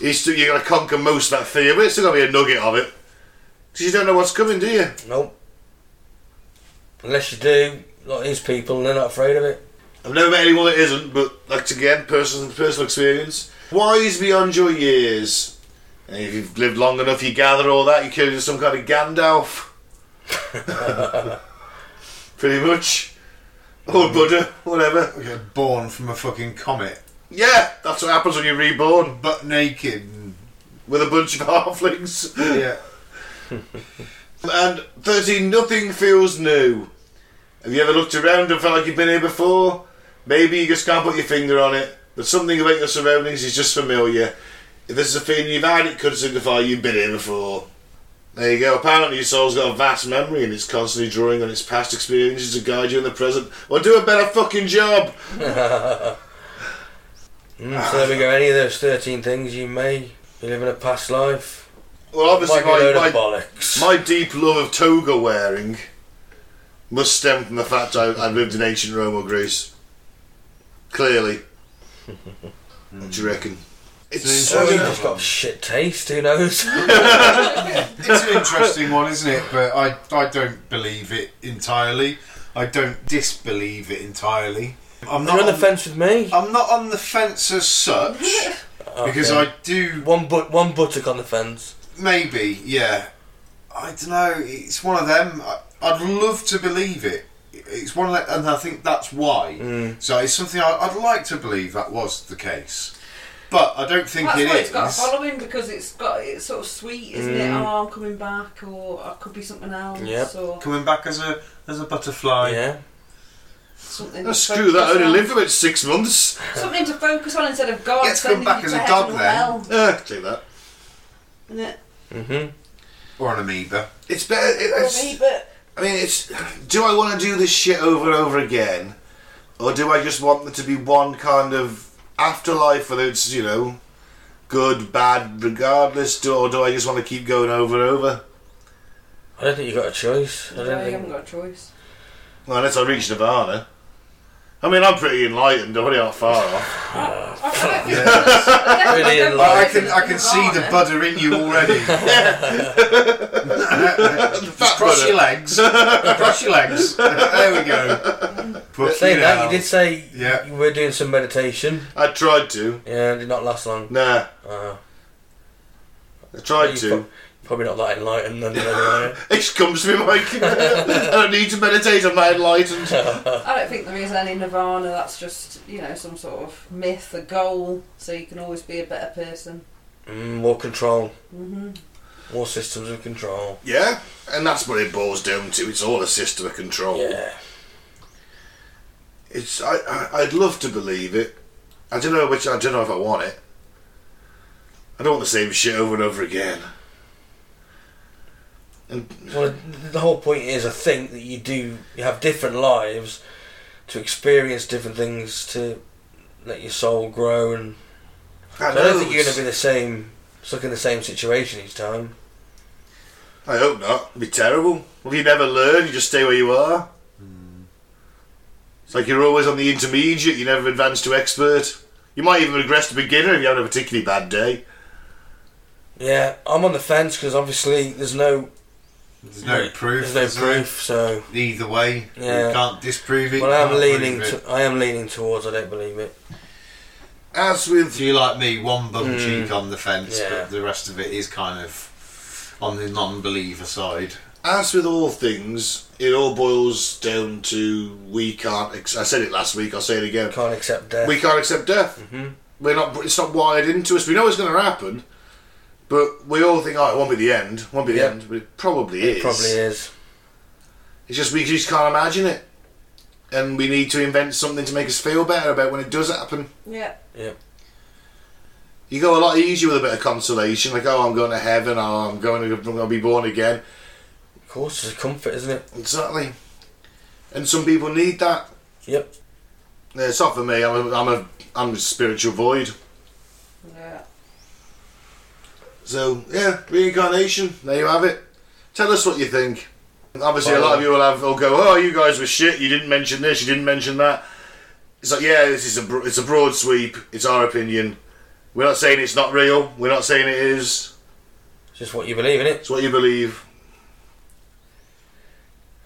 it's still, you're gonna conquer most of that fear, but it's still gonna be a nugget of it. 'Cause you don't know what's coming, do you? nope. Unless you do, like these people, and they're not afraid of it. I've never met anyone that isn't, but that's again personal personal experience. Wise beyond your years. And if you've lived long enough, you gather all that. You turn into some kind of Gandalf. [laughs] Pretty much, or Buddha, whatever. We got born from a fucking comet, Yeah, that's what happens when you're reborn butt naked. and- with a bunch of [laughs] halflings. Yeah. And 13, nothing feels new. Have you ever looked around and felt like you've been here before? Maybe you just can't put your finger on it, but something about your surroundings is just familiar. If this is a feeling you've had, it could signify you've been here before. There you go. Apparently, your soul's got a vast memory and it's constantly drawing on its past experiences to guide you in the present. Well, do a better fucking job! Mm, so there we go. Any of those 13 things you may be living a past life. Well, obviously, might be a load my, of my, bollocks. my deep love of toga wearing must stem from the fact I, I've lived in ancient Rome or Greece. Clearly. what do you reckon? It's It's so Oh, an you interesting just got shit taste, who knows? It's an interesting one, isn't it? But I, I don't believe it entirely. I don't disbelieve it entirely. I'm You're not on the on, fence with me. I'm not on the fence as such [laughs] because Okay. I do One but one buttock on the fence. maybe yeah. I don't know. It's one of them. I, I'd love to believe it. It's one of the, and I think that's why. Mm. So it's something I, I'd like to believe that was the case, but I don't think That's it why it's got a is. Mm. following because it's got it's sort of sweet, isn't it? Oh, I'm coming back, or I could be something else, Yep. or Coming back as a as a butterfly. Yeah. something. Oh, to screw that, I focus only on. lived for about six months. Something to focus on instead of God. Gets sending come back you as to a heaven dog or then. hell, Uh, take that. isn't it? Mm-hmm. or an amoeba. It's better. It, Or it's, me, but I mean, it's. Do I want to do this shit over and over again? Or do I just want there to be one kind of afterlife, whether it's, you know, good, bad, regardless? Do, or do I just want to keep going over and over? I don't think you got a choice. I No, don't you haven't think. got a choice. Well, unless I reach Nirvana. I mean, I'm pretty enlightened. I'm not far off. I don't think- I don't Really think in Well, I it's can I can see the Nirvana. butter in you already. Just cross butter. your legs. cross your legs. There we go. But Fuck saying you that, now. you did say Yeah. you were doing some meditation. I tried to. Yeah, it did not last long. Nah, Uh, I tried you're to. pro- probably not that enlightened then. anyway. [laughs] It just comes to me, Mike. [laughs] I don't need to meditate. I'm not enlightened. [laughs] I don't think there is any nirvana. That's just you know some sort of myth, a goal, so you can always be a better person. Mm, more control. Mm-hmm. More systems of control. Yeah, and that's what it boils down to. It's all a system of control. Yeah. It's I, I I'd love to believe it. I don't know which. I don't know if I want it. I don't want the same shit over and over again. And Well, the whole point is, I think that you do you have different lives to experience different things to let your soul grow, and I, I don't know think you're going to be the same, stuck in the same situation each time. I hope not. It'd be terrible. Well, you never learn. You just stay where you are. It's like you're always on the intermediate. You never advance to expert. You might even regress to beginner if you have a particularly bad day. Yeah, I'm on the fence because obviously there's no There's no proof. there's no proof, so Either way, Yeah. you can't disprove it. well, I am can't leaning prove to, it. I am leaning towards I don't believe it. As with If you like me, one bum Mm. cheek on the fence, Yeah. but the rest of it is kind of on the non-believer side. as with all things, it all boils down to we can't. Ex- I said it last week. I'll say it again. Can't accept death. We can't accept death. We're not. It's not wired into us. We know it's going to happen, but we all think, "Oh, it won't be the end. Won't be the Yeah. end." But it probably is. it probably is. It's just we just can't imagine it, and we need to invent something to make us feel better about when it does happen. Yeah, Yeah. You go a lot easier with a bit of consolation, like, "Oh, I'm going to heaven. Oh, I'm going to, I'm going to be born again." Of course, it's a comfort, isn't it? Exactly. And some people need that. Yep. Yeah, It's not for me. I'm a, I'm a, I'm a spiritual void. yeah. So yeah, reincarnation. There you have it. Tell us what you think. Obviously, a lot of you will have will go. Oh, you guys were shit. You didn't mention this. You didn't mention that. It's like yeah, this is a bro- it's a broad sweep. It's our opinion. We're not saying it's not real. We're not saying it is. It's just what you believe in it. It's what you believe.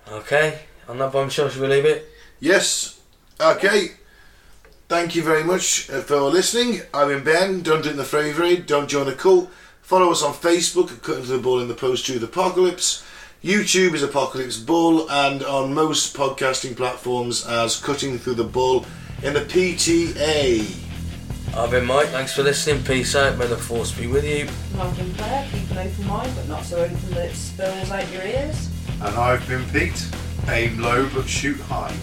Okay. On that bombshell, should we leave it? Yes. Okay. Thank you very much uh, for listening. I've been Ben. Don't drink the Favourite. Don't join the cult. Follow us on Facebook at Cutting to the Ball in the Post Truth Apocalypse. YouTube is Apocalypse Ball and on most podcasting platforms as Cutting Through the Ball in the PTA. I've been Mike. Thanks for listening. Peace out. May the force be with you. I've been Claire. Keep an open mind, but not so open that it spills out your ears. And I've been Pete. Aim low but shoot high.